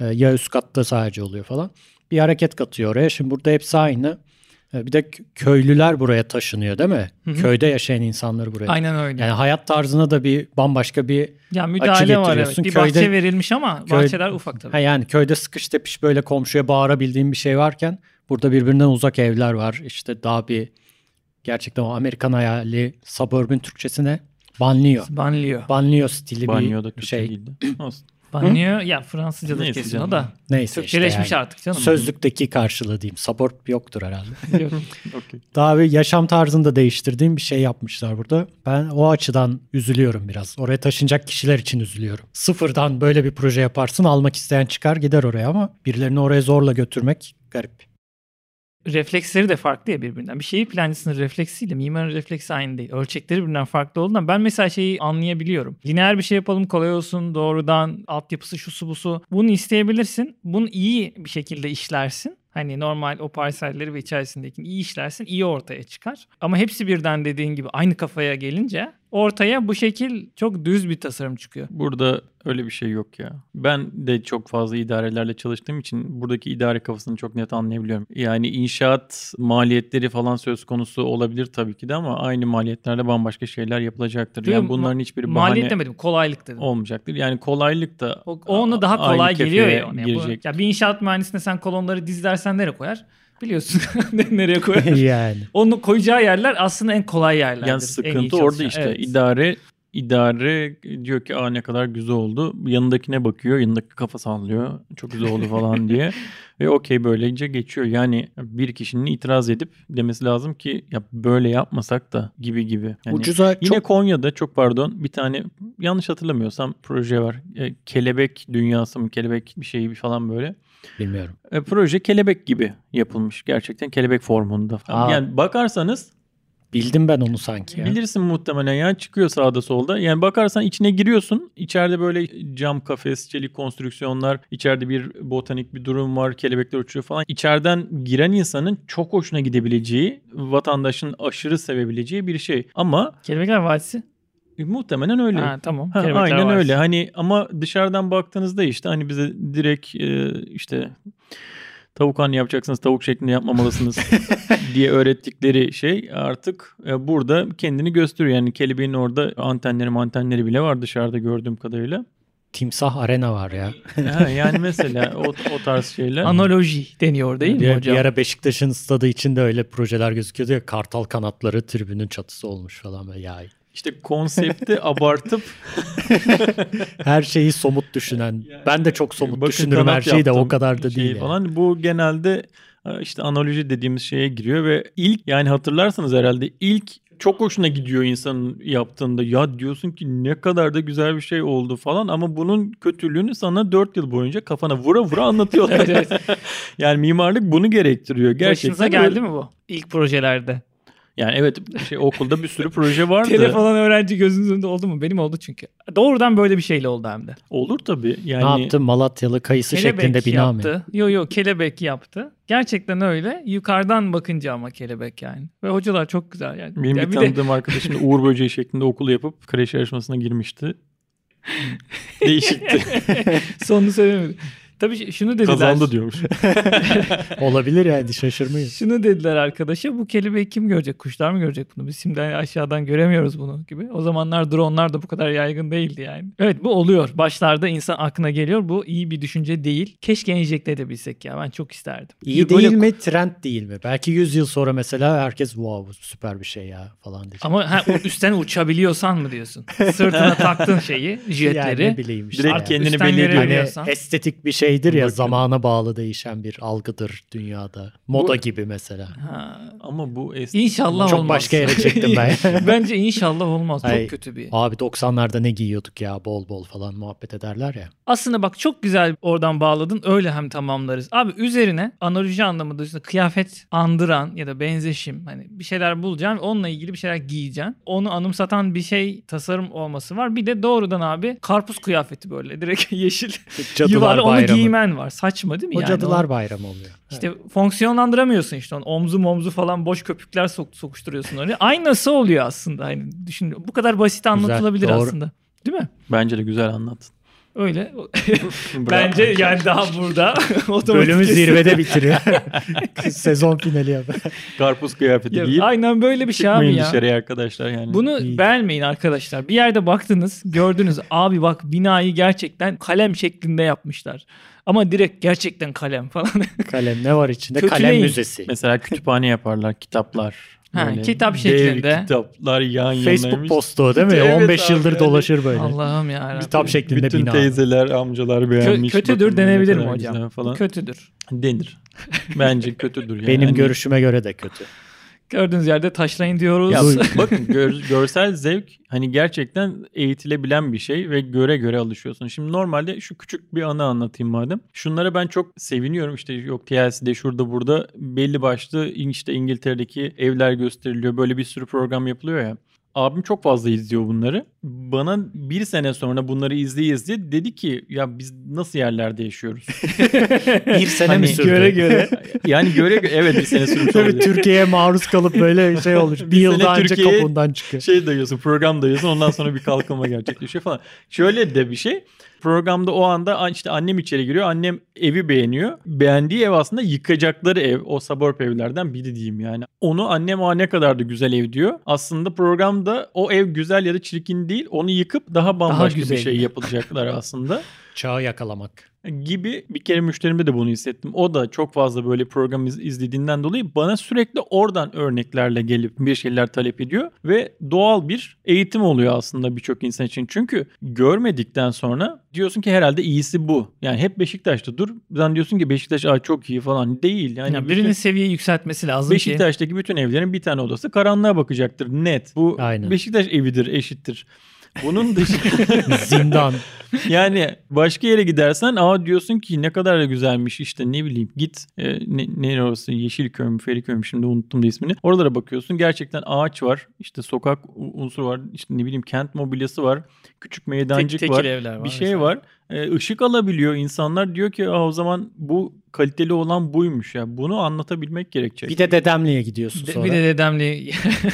S1: e, ya üst katta sadece oluyor falan. Bir hareket katıyor oraya. Şimdi burada hepsi aynı. E, Bir de kö- köylüler buraya taşınıyor değil mi? Köyde yaşayan insanları buraya.
S2: Aynen öyle.
S1: Yani hayat tarzına da bir bambaşka bir
S2: ya müdahale var evet.
S1: getiriyorsun.
S2: Bir bahçe
S1: Köyde-
S2: verilmiş ama
S1: köy-
S2: bahçeler ufak tabii.
S1: Ha yani köyde sıkış tepiş böyle komşuya bağırabildiğim bir şey varken burada birbirinden uzak evler var. İşte daha bir gerçekten o Amerikan hayali suburban Türkçesine banlıyor.
S2: Banlıyor.
S1: Banlıyor stili
S3: Banyoda
S1: bir
S3: Türkçe
S1: şey.
S3: değildi. Olsun.
S2: Banlıyor. Ya Fransızca da
S3: Neyse
S2: kesin
S3: canım.
S2: o da.
S1: Neyse işte
S2: Türkçeleşmiş
S1: yani.
S2: artık canım.
S1: Sözlükteki karşılığı diyeyim. Suburb yoktur herhalde.
S2: Yok.
S3: Okey.
S1: Daha bir yaşam tarzını da değiştirdiğim bir şey yapmışlar burada. Ben o açıdan üzülüyorum biraz. Oraya taşınacak kişiler için üzülüyorum. Sıfırdan böyle bir proje yaparsın almak isteyen çıkar gider oraya ama birilerini oraya zorla götürmek garip.
S2: refleksleri de farklı ya birbirinden. Bir şehir plancısının refleksiyle mimarın refleksi aynı değil. Ölçekleri birbirinden farklı olduğundan ben mesela şeyi anlayabiliyorum. Lineer bir şey yapalım kolay olsun doğrudan altyapısı şusu busu. Bunu isteyebilirsin. Bunu iyi bir şekilde işlersin. Hani normal o parselleri ve içerisindekini iyi işlersin iyi ortaya çıkar. Ama hepsi birden dediğin gibi aynı kafaya gelince ortaya bu şekil çok düz bir tasarım çıkıyor.
S3: Burada öyle bir şey yok ya. Ben de çok fazla idarelerle çalıştığım için buradaki idare kafasını çok net anlayabiliyorum. Yani inşaat maliyetleri falan söz konusu olabilir tabii ki de ama aynı maliyetlerle bambaşka şeyler yapılacaktır.
S2: Değil mi?
S3: yani bunların hiçbiri bahane
S2: Maliyet demedim kolaylık dedim.
S3: olmayacaktır. Yani kolaylık da
S2: O, o ona daha
S3: aynı
S2: kolay geliyor
S3: kefeye
S2: ya. ona. Ya bu-
S3: Girecek.
S2: ya bir inşaat mühendisine sen kolonları dizlersen nereye koyar? Biliyorsun ne- nereye koyar.
S1: yani.
S2: Onu koyacağı yerler aslında en kolay yerlerdir.
S3: Yani
S2: En iyi
S3: sıkıntı orada
S2: çalışan.
S3: işte.
S2: Evet.
S3: İdare idare diyor ki aa ne kadar güzel oldu. Yanındakine bakıyor. Yanındaki kafa sallıyor. Çok güzel oldu falan diye. Ve okey böylece geçiyor. Yani bir kişinin itiraz edip demesi lazım ki ya böyle yapmasak da gibi gibi. Yani
S1: Ucuza
S3: Hani Yine
S1: çok
S3: Konya'da çok pardon bir tane yanlış hatırlamıyorsam proje var. E, kelebek dünyası mı kelebek bir şeyi falan böyle.
S1: bilmiyorum.
S3: E, proje kelebek gibi yapılmış gerçekten kelebek formunda. Falan.
S1: Aa.
S3: Yani bakarsanız
S1: Bildim ben onu sanki ya.
S3: Bilirsin muhtemelen ya çıkıyor sağda solda. Yani bakarsan içine giriyorsun. İçeride böyle cam kafes, çelik konstrüksiyonlar, içeride bir botanik bir durum var, kelebekler uçuyor falan. İçeriden giren insanın çok hoşuna gidebileceği, vatandaşın aşırı sevebileceği bir şey. Ama
S2: Kelebekler Vadisi.
S3: e, muhtemelen öyle.
S2: Ha, tamam.
S3: Ha,
S2: Kelebekler
S3: aynen
S2: Vadisi.
S3: öyle. Hani ama dışarıdan baktığınızda işte hani bize direkt e, işte tavuk hani yapacaksınız tavuk şeklinde yapmamalısınız diye öğrettikleri şey artık e, burada kendini gösteriyor. Yani kelebeğin orada antenleri mantenleri bile var dışarıda gördüğüm kadarıyla.
S1: Timsah Arena var ya.
S3: Ha, yani mesela o, o tarz şeyler.
S2: Analoji deniyor değil mi
S1: bir,
S2: hocam?
S1: bir ara Beşiktaş'ın stadı içinde öyle projeler gözüküyordu ya. Kartal kanatları tribünün çatısı olmuş falan böyle ya.
S3: İşte konsepti abartıp
S1: Her şeyi somut düşünen. Ben de çok somut
S3: Bakın
S1: düşünürüm her
S3: kanat
S1: şeyi de o
S3: yaptım
S1: kadar da
S3: şeyi
S1: değil. yani.
S3: Falan. Bu genelde e, işte analoji dediğimiz şeye giriyor ve ilk yani hatırlarsanız herhalde ilk çok hoşuna gidiyor insanın yaptığında. Ya diyorsun ki ne kadar da güzel bir şey oldu falan ama bunun kötülüğünü sana 4 yıl boyunca kafana vura vura anlatıyorlar.
S2: Evet, evet.
S3: yani mimarlık bunu gerektiriyor. Gerçekten
S2: Başınıza geldi mi bu? İlk projelerde.
S3: Yani evet şey okulda bir sürü proje vardı.
S2: Tele falan öğrenci gözünüzün önünde oldu mu? Benim oldu çünkü. Doğrudan böyle bir şeyle oldu hem de.
S3: Olur tabii. Yani
S1: Ne yaptı? Malatyalı kayısı şeklinde
S2: Kelebek
S1: bina mı?
S2: yaptı. Yo yo kelebek yaptı. Gerçekten öyle. Yukarıdan bakınca ama kelebek yani. Ve hocalar çok güzel yani.
S3: Benim
S2: Ya
S3: bir
S2: bir de-
S3: tanıdığım arkadaşım da Uğur Böceği şeklinde okulu yapıp kreş yarışmasına girmişti. Değişikti.
S2: Sonunu söylemedim. Tabii ş- şunu dediler.
S3: Kazandı diyormuş.
S1: Olabilir yani şaşırmayız.
S2: Şunu dediler arkadaşa bu kelebeği kim görecek? Kuşlar mı görecek bunu? Biz şimdi hani aşağıdan göremiyoruz bunu gibi. O zamanlar dronlar da bu kadar yaygın değildi yani. Evet bu oluyor. Başlarda insan aklına geliyor. Bu iyi bir düşünce değil. Keşke enjekte edebilsek ya. Ben çok isterdim.
S1: İyi
S2: Böyle-
S1: değil mi? Trend değil mi? Belki 100 yıl sonra mesela herkes wow süper bir şey ya falan diyecek.
S2: Ama ha, u- üstten uçabiliyorsan mı diyorsun? Sırtına taktın şeyi, jetleri.
S1: Yani ne bileyim işte.
S3: Direkt
S1: Artık
S3: kendini
S2: üstten
S3: belli
S2: yere
S3: ediyor.
S1: Hani
S2: görüyorsan.
S1: estetik bir şeydir ya
S3: Bakın.
S1: zamana bağlı değişen bir algıdır dünyada. Moda
S2: Bu-
S1: gibi mesela.
S2: Ha,
S3: Ama bu eski
S2: İnşallah
S1: Çok
S2: olmaz.
S1: başka yere çektim ben.
S2: Bence inşallah olmaz.
S1: Ay.
S2: Çok kötü bir.
S1: Abi 90'larda ne giyiyorduk ya bol bol falan muhabbet ederler ya.
S2: Aslında bak çok güzel oradan bağladın. Öyle hem tamamlarız. Abi üzerine analoji anlamında işte kıyafet andıran ya da benzeşim hani bir şeyler bulacaksın. Onunla ilgili bir şeyler giyeceksin. Onu anımsatan bir şey tasarım olması var. Bir de doğrudan abi karpuz kıyafeti böyle direkt yeşil
S1: Cadılar
S2: yuvarlı onu
S1: bayramı.
S2: giymen var. Saçma değil mi?
S1: O
S2: yani?
S1: cadılar
S2: O-
S1: bayramı oluyor.
S2: İşte fonksiyonlandıramıyorsun işte onu. Omzu momzu falan boş köpükler sok- sokuşturuyorsun oraya. Aynısı oluyor aslında. Hani düşün bu kadar basit anlatılabilir
S1: doğru.
S2: aslında. Değil mi?
S3: Bence de güzel anlattın.
S2: Öyle.
S3: Bravo.
S2: Bence yani daha burada otomatik
S1: Bölümü
S2: kesin.
S1: zirvede bitiriyor. Sezon finali yap.
S3: karpuz kıyafeti
S2: Ya,
S3: giyip
S2: Aynen böyle bir şey abi
S3: çıkmayın
S2: ya.
S3: dışarıya arkadaşlar yani.
S2: Bunu
S1: İyi.
S2: beğenmeyin arkadaşlar. Bir yerde baktınız, gördünüz. abi bak binayı gerçekten kalem şeklinde yapmışlar. Ama direkt gerçekten kalem falan.
S1: Kalem ne var içinde? Kalem
S2: Kötüleyin.
S1: müzesi.
S3: mesela kütüphane yaparlar, kitaplar.
S2: Ha,
S3: Böyle
S2: kitap
S3: dev
S2: şeklinde.
S3: kitaplar yan yanaymış.
S1: Facebook postu o değil mi?
S3: Evet
S1: 15
S3: abi,
S1: yıldır
S3: yani.
S1: dolaşır böyle.
S2: Allah'ım ya.
S1: Kitap şeklinde
S3: Bütün
S1: bina.
S3: teyzeler, amcalar beğenmiş.
S2: kötüdür
S3: bakın ne
S2: denebilir mi
S3: kadar
S2: hocam?
S3: güzel Falan.
S2: Kötüdür.
S3: Denir. Bence kötüdür. Yani.
S1: Benim
S3: Hani-
S1: görüşüme göre de kötü.
S2: Gördüğünüz yerde taşlayın diyoruz.
S3: Ya
S1: Duy-
S3: bakın gör- görsel zevk hani gerçekten eğitilebilen bir şey ve göre göre alışıyorsun. Şimdi normalde şu küçük bir anı anlatayım madem. Şunlara ben çok seviniyorum işte yok TLC'de şurada burada belli başlı in- işte İngiltere'deki evler gösteriliyor. Böyle bir sürü program yapılıyor ya. Abim çok fazla izliyor bunları. Bana bir sene sonra bunları izleye izleye dedi ki ya biz nasıl yerlerde yaşıyoruz?
S1: Bir sene
S3: Hani
S1: mi sürdü?
S2: göre göre.
S3: yani göre göre evet bir sene sürmüş
S1: Tabii
S3: olabilir.
S1: Türkiye'ye maruz kalıp böyle şey olmuş. Bir,
S3: Bir
S1: yılda
S3: sene
S1: anca
S3: Türkiye'ye-
S1: kapından çıkıyor.
S3: şey dayıyorsun program dayıyorsun ondan sonra bir kalkınma gerçekleşiyor falan. Şöyle de bir şey programda o anda an- işte annem içeri giriyor annem evi beğeniyor. Beğendiği ev aslında yıkacakları ev o suburb evlerden biri diyeyim yani. Onu annem o ne kadar da güzel ev diyor. Aslında programda o ev güzel ya da çirkin değil onu yıkıp daha bambaşka bir
S2: güzel.
S3: şey yapılacaklar aslında.
S1: Çağı yakalamak.
S3: gibi bir kere müşterimde de bunu hissettim. O da çok fazla böyle program iz- izlediğinden dolayı bana sürekli oradan örneklerle gelip bir şeyler talep ediyor ve doğal bir eğitim oluyor aslında birçok insan için. Çünkü görmedikten sonra diyorsun ki herhalde iyisi bu. Yani hep Beşiktaş'ta dur. Sen diyorsun ki Beşiktaş Aa, çok iyi falan değil. Yani
S2: Yani
S3: bütün-
S2: birinin seviyeyi yükseltmesi lazım ki.
S3: Beşiktaş'taki bütün evlerin bir tane odası karanlığa bakacaktır net. Bu
S1: Aynen.
S3: Beşiktaş evidir, eşittir. Bunun dışında
S1: Zindan.
S3: yani başka yere gidersen aa diyorsun ki ne kadar da güzelmiş işte ne bileyim git e, ne, ne orası Yeşilköy mü Feriköy mü şimdi unuttum da ismini. Oralara bakıyorsun gerçekten ağaç var işte sokak u- unsuru var işte ne bileyim kent mobilyası var küçük meydancık
S2: tekil
S3: var
S2: evler var.
S3: bir şey
S2: mesela.
S3: var. E, ışık alabiliyor insanlar diyor ki aa o zaman bu kaliteli olan buymuş ya bunu anlatabilmek gerekecek.
S1: Bir de dedemliğe gidiyorsun
S2: De-
S1: sonra.
S2: bir de dedemli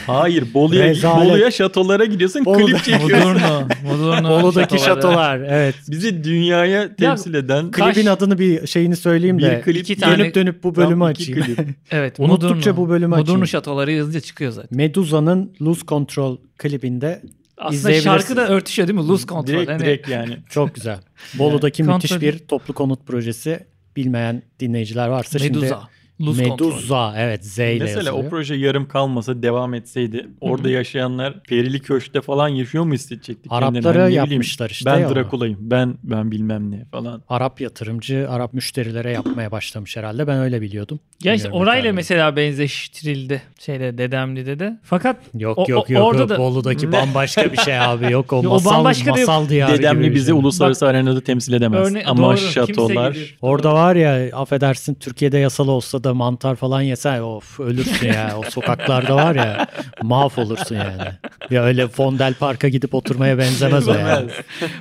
S3: Hayır Bolu'ya,
S1: Rezalet.
S3: Bolu'ya şatolara gidiyorsun
S1: Bolu'da-
S3: klip çekiyorsun.
S2: Modurno. Modurno.
S1: Bolu'daki şatolar. Evet.
S3: Bizi dünyaya temsil eden
S2: Kaş-
S1: Klibin adını bir şeyini söyleyeyim
S3: Bir
S1: de.
S3: klip,
S2: iki tane-
S1: Dönüp dönüp bu
S3: tam
S1: bölümü
S3: iki
S1: açayım.
S3: klip.
S2: Evet.
S1: Unuttukça
S2: Modurno.
S1: bu bölümü
S2: Modurno
S1: açayım.
S2: şatoları yazınca çıkıyor zaten.
S1: Medusa'nın Lose Control klibinde
S2: Aslında
S1: İzleyebilirsiniz.
S2: şarkı da örtüşüyor değil mi? Lose Control.
S3: Direkt
S2: hani
S3: direkt yani.
S1: çok güzel. Bolu'daki
S2: Yani
S1: müthiş
S2: kontrol-
S1: bir toplu konut projesi. Bilmeyen dinleyiciler varsa şimdi
S2: Meduza. Lose Control.
S1: Meduza evet Z ile
S3: Mesela o
S1: yazılıyor.
S3: proje yarım kalmasa devam etseydi orada yaşayanlar perili köşkte falan yaşıyor mu hissedecektik? kendilerini?
S1: Araplara
S3: Hani ne bileyim,
S1: yapmışlar işte. ya
S3: Ben
S1: onu.
S3: Drakula'yım. Ben ben bilmem ne falan.
S1: Arap yatırımcı, Arap müşterilere yapmaya başlamış herhalde. Ben öyle biliyordum.
S2: Ya işte
S1: Bilmiyorum
S2: orayla
S1: detayları.
S2: mesela benzeştirildi. Şeyde dedemli de. Fakat
S1: Yok
S2: O- o-
S1: yok yok.
S2: orada
S1: yok.
S2: da-
S1: Bolu'daki
S3: Ne?
S1: bambaşka bir şey abi. Yok o
S2: Yo, o
S1: masal,
S2: bambaşka da yok.
S1: masal diyarı gibi
S3: Dedemli
S1: bir
S3: bizi
S1: şey.
S3: uluslararası arenada temsil edemez.
S2: örne-
S3: Ama
S2: doğru, kimse
S3: şatolar
S2: gidip-
S1: Orada var ya affedersin Türkiye'de yasal olsa da mantar falan yesen of ölürsün ya. O sokaklarda var ya mahvolursun yani. Ya öyle Fondel Park'a gidip oturmaya benzemez o yani.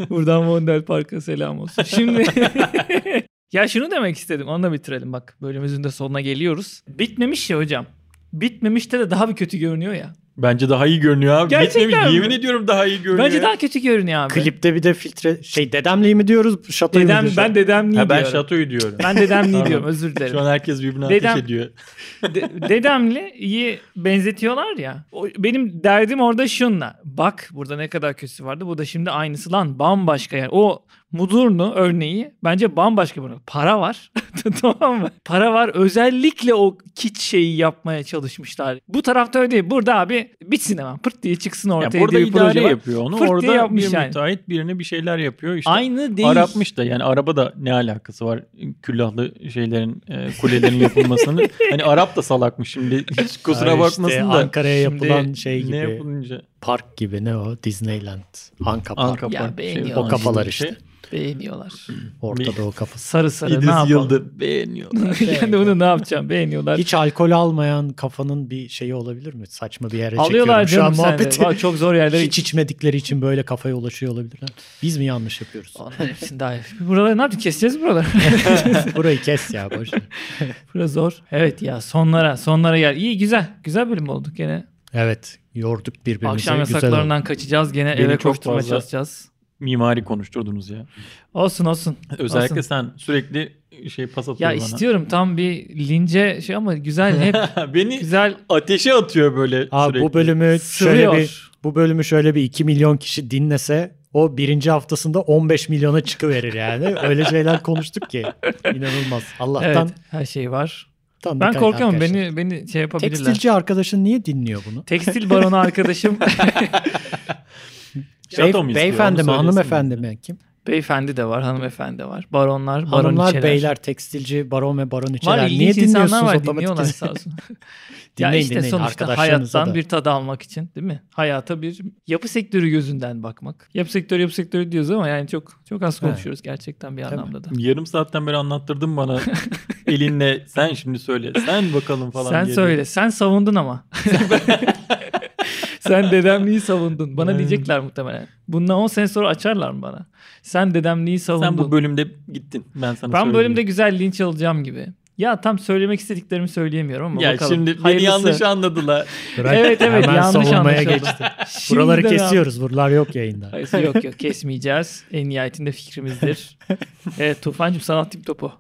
S2: Buradan Vondel Park'a selam olsun. Şimdi ya şunu demek istedim. Onu da bitirelim bak. Bölümümüzün de sonuna geliyoruz. Bitmemiş ya hocam. Bitmemişte de daha bir kötü görünüyor ya.
S3: Bence daha iyi görünüyor abi.
S2: Gerçekten
S3: Bitmemiş.
S2: mi?
S3: Yemin ediyorum daha iyi görünüyor.
S2: Bence
S3: ya.
S2: daha kötü görünüyor abi.
S1: Klipte bir de filtre şey dedemliği mi diyoruz şatoyu mu
S2: Dedem,
S1: diyoruz?
S2: ben dedemli
S3: Ha, ben
S2: diyorum.
S3: şatoyu diyorum.
S2: ben dedemli
S3: Pardon.
S2: diyorum özür dilerim.
S3: Şu an herkes birbirine
S2: Dedem-
S3: ateş ediyor.
S2: De- dedemle iyi benzetiyorlar ya. O- benim derdim orada şunla. Bak burada ne kadar kötüsü vardı. Bu da şimdi aynısı lan bambaşka yani. O Mudurnu örneği bence bambaşka bir örnek. Para var. tamam mı? Para var. Özellikle o kit şeyi yapmaya çalışmışlar. Bu tarafta öyle değil. Burada abi bitsin hemen. Pırt diye çıksın
S3: Ya
S2: ortaya
S3: burada
S2: diye bir proje
S3: idare
S2: var.
S3: yapıyor onu.
S2: Fırt diye
S3: orada
S2: yapmış
S3: bir
S2: yani.
S3: müteahhit birine bir şeyler yapıyor. İşte
S2: Aynı değil.
S3: Arapmış da yani araba da ne alakası var küllahlı şeylerin e, kulelerin yapılmasını. hani Arap da salakmış şimdi hiç kusura
S1: Ay işte
S3: bakmasın da.
S1: Ankara'ya
S3: Şimdi
S1: yapılan şey gibi.
S3: Ne yapılınca?
S1: Park gibi ne o? Disneyland. Anka Park.
S3: Anka
S2: Ya
S3: Park bir şey
S2: beğeniyor.
S3: falan
S1: O kafalar
S3: gibi bir şey.
S2: Beğeniyorlar.
S1: Orta Doğu kafası.
S2: Sarı sarı ne
S3: İdris
S2: yapalım?
S3: Yıldır beğeniyorlar.
S2: ben de bunu ne yapacağım? Beğeniyorlar.
S1: Hiç alkol almayan kafanın bir şeyi olabilir mi? Saçma bir yere
S2: Alıyorlar
S1: çekiyorum.
S2: canım
S1: Şu an
S2: sen de.
S1: muhabbeti.
S2: Vallahi Çok zor yerlere
S1: Hiç içmedikleri için böyle kafaya ulaşıyor olabilirler. Biz mi yanlış yapıyoruz?
S2: Onların hepsini daha Buraları ne yapacağız? Keseceğiz buraları.
S1: Burayı kes ya boş. ver.
S2: Burası zor. Evet ya sonlara sonlara gel. İyi güzel. Güzel bölüm olduk gene.
S1: Evet yorduk birbirimizi.
S2: Akşam
S1: Güzel oldu.
S2: yasaklarından kaçacağız. Gene
S3: Beni
S2: eve
S3: çok
S2: koşturma
S3: fazla-
S2: çalışacağız.
S3: Mimari konuşturdunuz ya.
S2: Olsun olsun.
S3: Özellikle
S2: Olsun.
S3: sen sürekli şey pas atıyor
S2: Ya
S3: bana.
S2: istiyorum tam bir lince şey ama güzel hep
S3: Beni
S2: güzel
S3: ateşe atıyor böyle
S1: Abi
S3: sürekli.
S1: bu bölümü şöyle
S2: sürüyor.
S1: bir bu bölümü şöyle bir 2 milyon kişi dinlese o birinci haftasında 15 milyona çıkıverir yani. Öyle şeyler konuştuk ki inanılmaz. Allah'tan
S2: Evet her şey var.
S1: tam
S2: Ben
S1: bir-
S2: korkuyorum
S1: arkadaşlar.
S2: beni beni şey yapabilirler. Tekstil,
S1: Tekstilci arkadaşın niye dinliyor bunu?
S2: baronu arkadaşım
S3: Şato mu
S1: Bey-
S3: istiyor,
S1: beyefendi
S3: onu
S1: mi
S3: söylesin
S1: hanımefendi mi kim?
S2: beyefendi de var hanımefendi de var. Baronlar
S1: Hanımlar,
S2: baroniçeler.
S1: beyler, tekstilci, baron ve
S2: Var
S1: baroniçeler. Niye
S2: ilginç insanlar
S1: dinliyorsunuz
S2: var
S1: otomatik?
S2: dinliyorlar sağ olsun. ya
S1: Dinleyin
S2: işte
S1: dinleyin
S2: sonuçta
S1: arkadaşlarınıza
S2: hayattan
S1: da.
S2: bir tadı almak için değil mi? Hayata bir yapı sektörü gözünden bakmak. Yapı sektörü yapı sektörü diyoruz ama yani çok çok az
S1: He.
S2: konuşuyoruz gerçekten bir
S1: Tabii.
S2: anlamda da.
S3: Yarım saatten beri anlattırdın bana elinle sen şimdi söyle sen bakalım falan
S2: Sen
S3: diye.
S2: söyle. Sen savundun ama. Sen dedemliği savundun. Bana
S3: Aynen.
S2: diyecekler muhtemelen. Bundan 10 sene sonra açarlar mı bana? Sen dedemliği savundun.
S3: Sen bu bölümde gittin. Ben sana
S2: ben
S3: söyleyeyim.
S2: bölümde güzel linç alacağım gibi. Ya tam söylemek istediklerimi söyleyemiyorum ama
S3: ya
S2: bakalım.
S3: şimdi beni
S2: Hayırlısı.
S3: yanlış anladılar.
S1: Bırak,
S2: Evet evet
S1: hemen
S2: yanlış
S1: savunmaya
S2: anlaşıldı.
S1: geçti.
S2: Şimdiden
S1: Buraları
S2: abi.
S1: kesiyoruz. Buralar yok yayında.
S2: Hayır, yok yok kesmeyeceğiz. En nihayetinde fikrimizdir. evet Tufancığım sana atayım topu.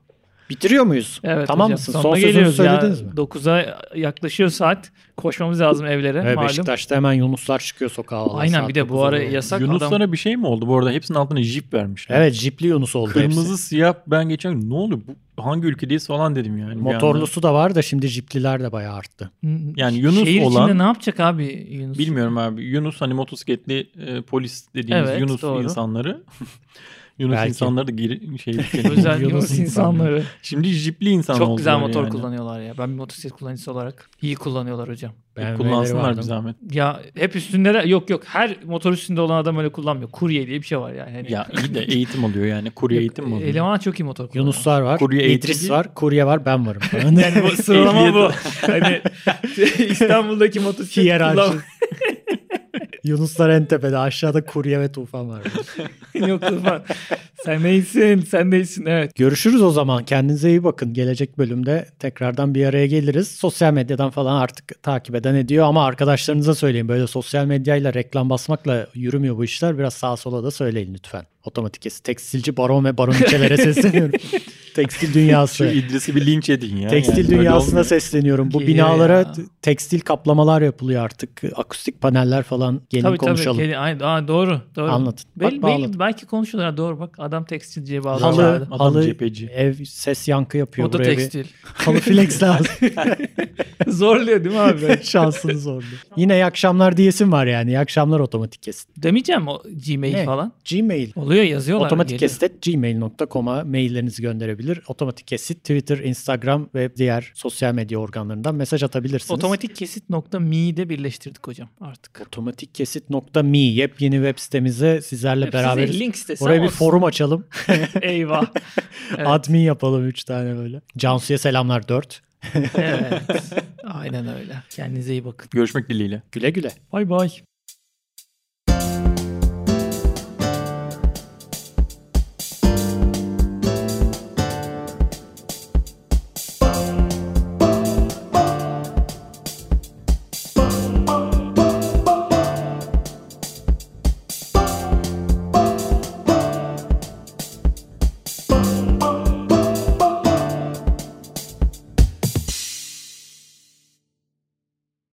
S1: Bitiriyor muyuz?
S2: Evet
S1: tamam
S2: hocam,
S1: mısın?
S2: sonuna
S1: Son sözünü
S2: geliyoruz ya.
S1: söylediniz mi?
S2: 9'a yaklaşıyor saat. Koşmamız lazım evlere
S1: Evet,
S2: malum.
S1: Beşiktaş'ta hemen Yunuslar çıkıyor sokağa. vallahi
S2: Aynen
S1: saat
S2: bir de bu
S1: dokuz
S2: ara
S1: oluyor.
S2: yasak
S3: Yunuslara
S2: adam.
S3: bir şey mi oldu? Bu arada hepsinin altına jip vermişler.
S1: Evet jipli Yunus oldu
S3: Kırmızı
S1: hepsi.
S3: siyah ben geçen gün ne oluyor? Bu hangi ülkedeyiz falan dedim yani. bir anda.
S1: Motorlusu da var da şimdi jipliler de bayağı arttı.
S3: Yani Yunus
S2: Şehir
S3: olan-
S2: içinde ne yapacak abi Yunus?
S3: Bilmiyorum abi. Yunus hani motosikletli e, polis dediğimiz
S2: Evet,
S3: Yunus
S2: doğru.
S3: insanları. Yunus
S1: Belki.
S3: insanları da geri şey ülkenin-
S2: Özel
S1: Yunus
S2: Yunus insanları.
S3: Şimdi jipli insan
S2: Çok güzel
S3: oldular
S2: motor
S3: yani.
S2: kullanıyorlar ya. Ben bir motosiklet kullanıcısı olarak iyi kullanıyorlar hocam.
S3: E,
S1: BMW'leri
S3: Kullansınlar
S1: vardı.
S3: bir zahmet.
S2: Ya hep üstünde de yok yok her motor üstünde olan adam öyle kullanmıyor. Kurye diye bir şey var yani. Hani-
S3: Ya iyi de eğitim alıyor yani. Kurye eğitim mi
S2: Yok, e,
S3: alıyor?
S2: Eleman çok iyi motor kullanıyor.
S1: Yunuslar var,
S3: Kurye
S1: İdris
S3: eğitici.
S1: var, kurye var, ben varım.
S2: Yani bu sıralama
S3: Ehliyet
S2: bu.
S3: var.
S2: hani İstanbul'daki motosiklet
S1: Hiyerarşi.
S2: kullan-
S1: Yunuslar en tepede, aşağıda kurye ve tufan var.
S2: yok Tufan. Sen neysin? Sen neysin? Evet.
S1: Görüşürüz o zaman. Kendinize iyi bakın. Gelecek bölümde tekrardan bir araya geliriz. Sosyal medyadan falan artık takip eden ediyor ama arkadaşlarınıza söyleyin. Böyle sosyal medyayla reklam basmakla yürümüyor bu işler. Biraz sağa sola da söyleyin lütfen. Otomatikesi tekstilci baron ve baroniçelere sesleniyorum. Tekstil
S3: Şu
S1: dünyası.
S3: İdris'i bir linç edin ya.
S1: Tekstil
S3: Yani böyle
S1: dünyasına
S3: olmuyor.
S1: sesleniyorum. Bu
S2: Geliyor
S1: binalara
S2: ya.
S1: t- tekstil kaplamalar yapılıyor artık. Akustik paneller falan. Gelin
S2: tabii
S1: konuşalım.
S2: tabii. Gel- Aynen. Aa, doğru. doğru.
S1: Anlatın. Bak,
S2: Bel- bel-
S1: bağladım.
S2: belki konuşuyorlar. Ha, Doğru bak adam tekstilciye bağlı.
S1: Halı,
S2: çağırdı.
S3: Adam
S1: halı
S3: cepheci.
S1: ev ses yankı yapıyor.
S2: O da
S1: buraya bir-
S2: tekstil.
S1: Halı flex lazım.
S2: Zorluyor değil mi abi?
S1: Şansınız oldu. Yine iyi akşamlar diyesim var yani. İyi akşamlar otomatik kesit.
S2: Demeyeceğim o Gmail
S1: Ne?
S2: falan.
S1: Gmail.
S2: Oluyor yazıyorlar.
S1: Otomatik
S2: geliyor.
S1: kesit gmail.com'a maillerinizi gönderebilir. Otomatik kesit Twitter, Instagram ve diğer sosyal medya organlarından mesaj atabilirsiniz.
S2: Otomatik kesit nokta mi'de birleştirdik hocam artık.
S1: Otomatik kesit.me yepyeni web sitemize sizlerle
S2: Hep
S1: beraberiz.
S2: size link sitesi
S1: Oraya bir
S2: olsun.
S1: forum açalım.
S2: Eyvah. Evet.
S1: Admin yapalım 3 tane böyle. Cansu'ya selamlar 4.
S2: evet. Aynen öyle. Kendinize iyi bakın.
S3: Görüşmek dileğiyle.
S1: Güle güle.
S2: Bay bay.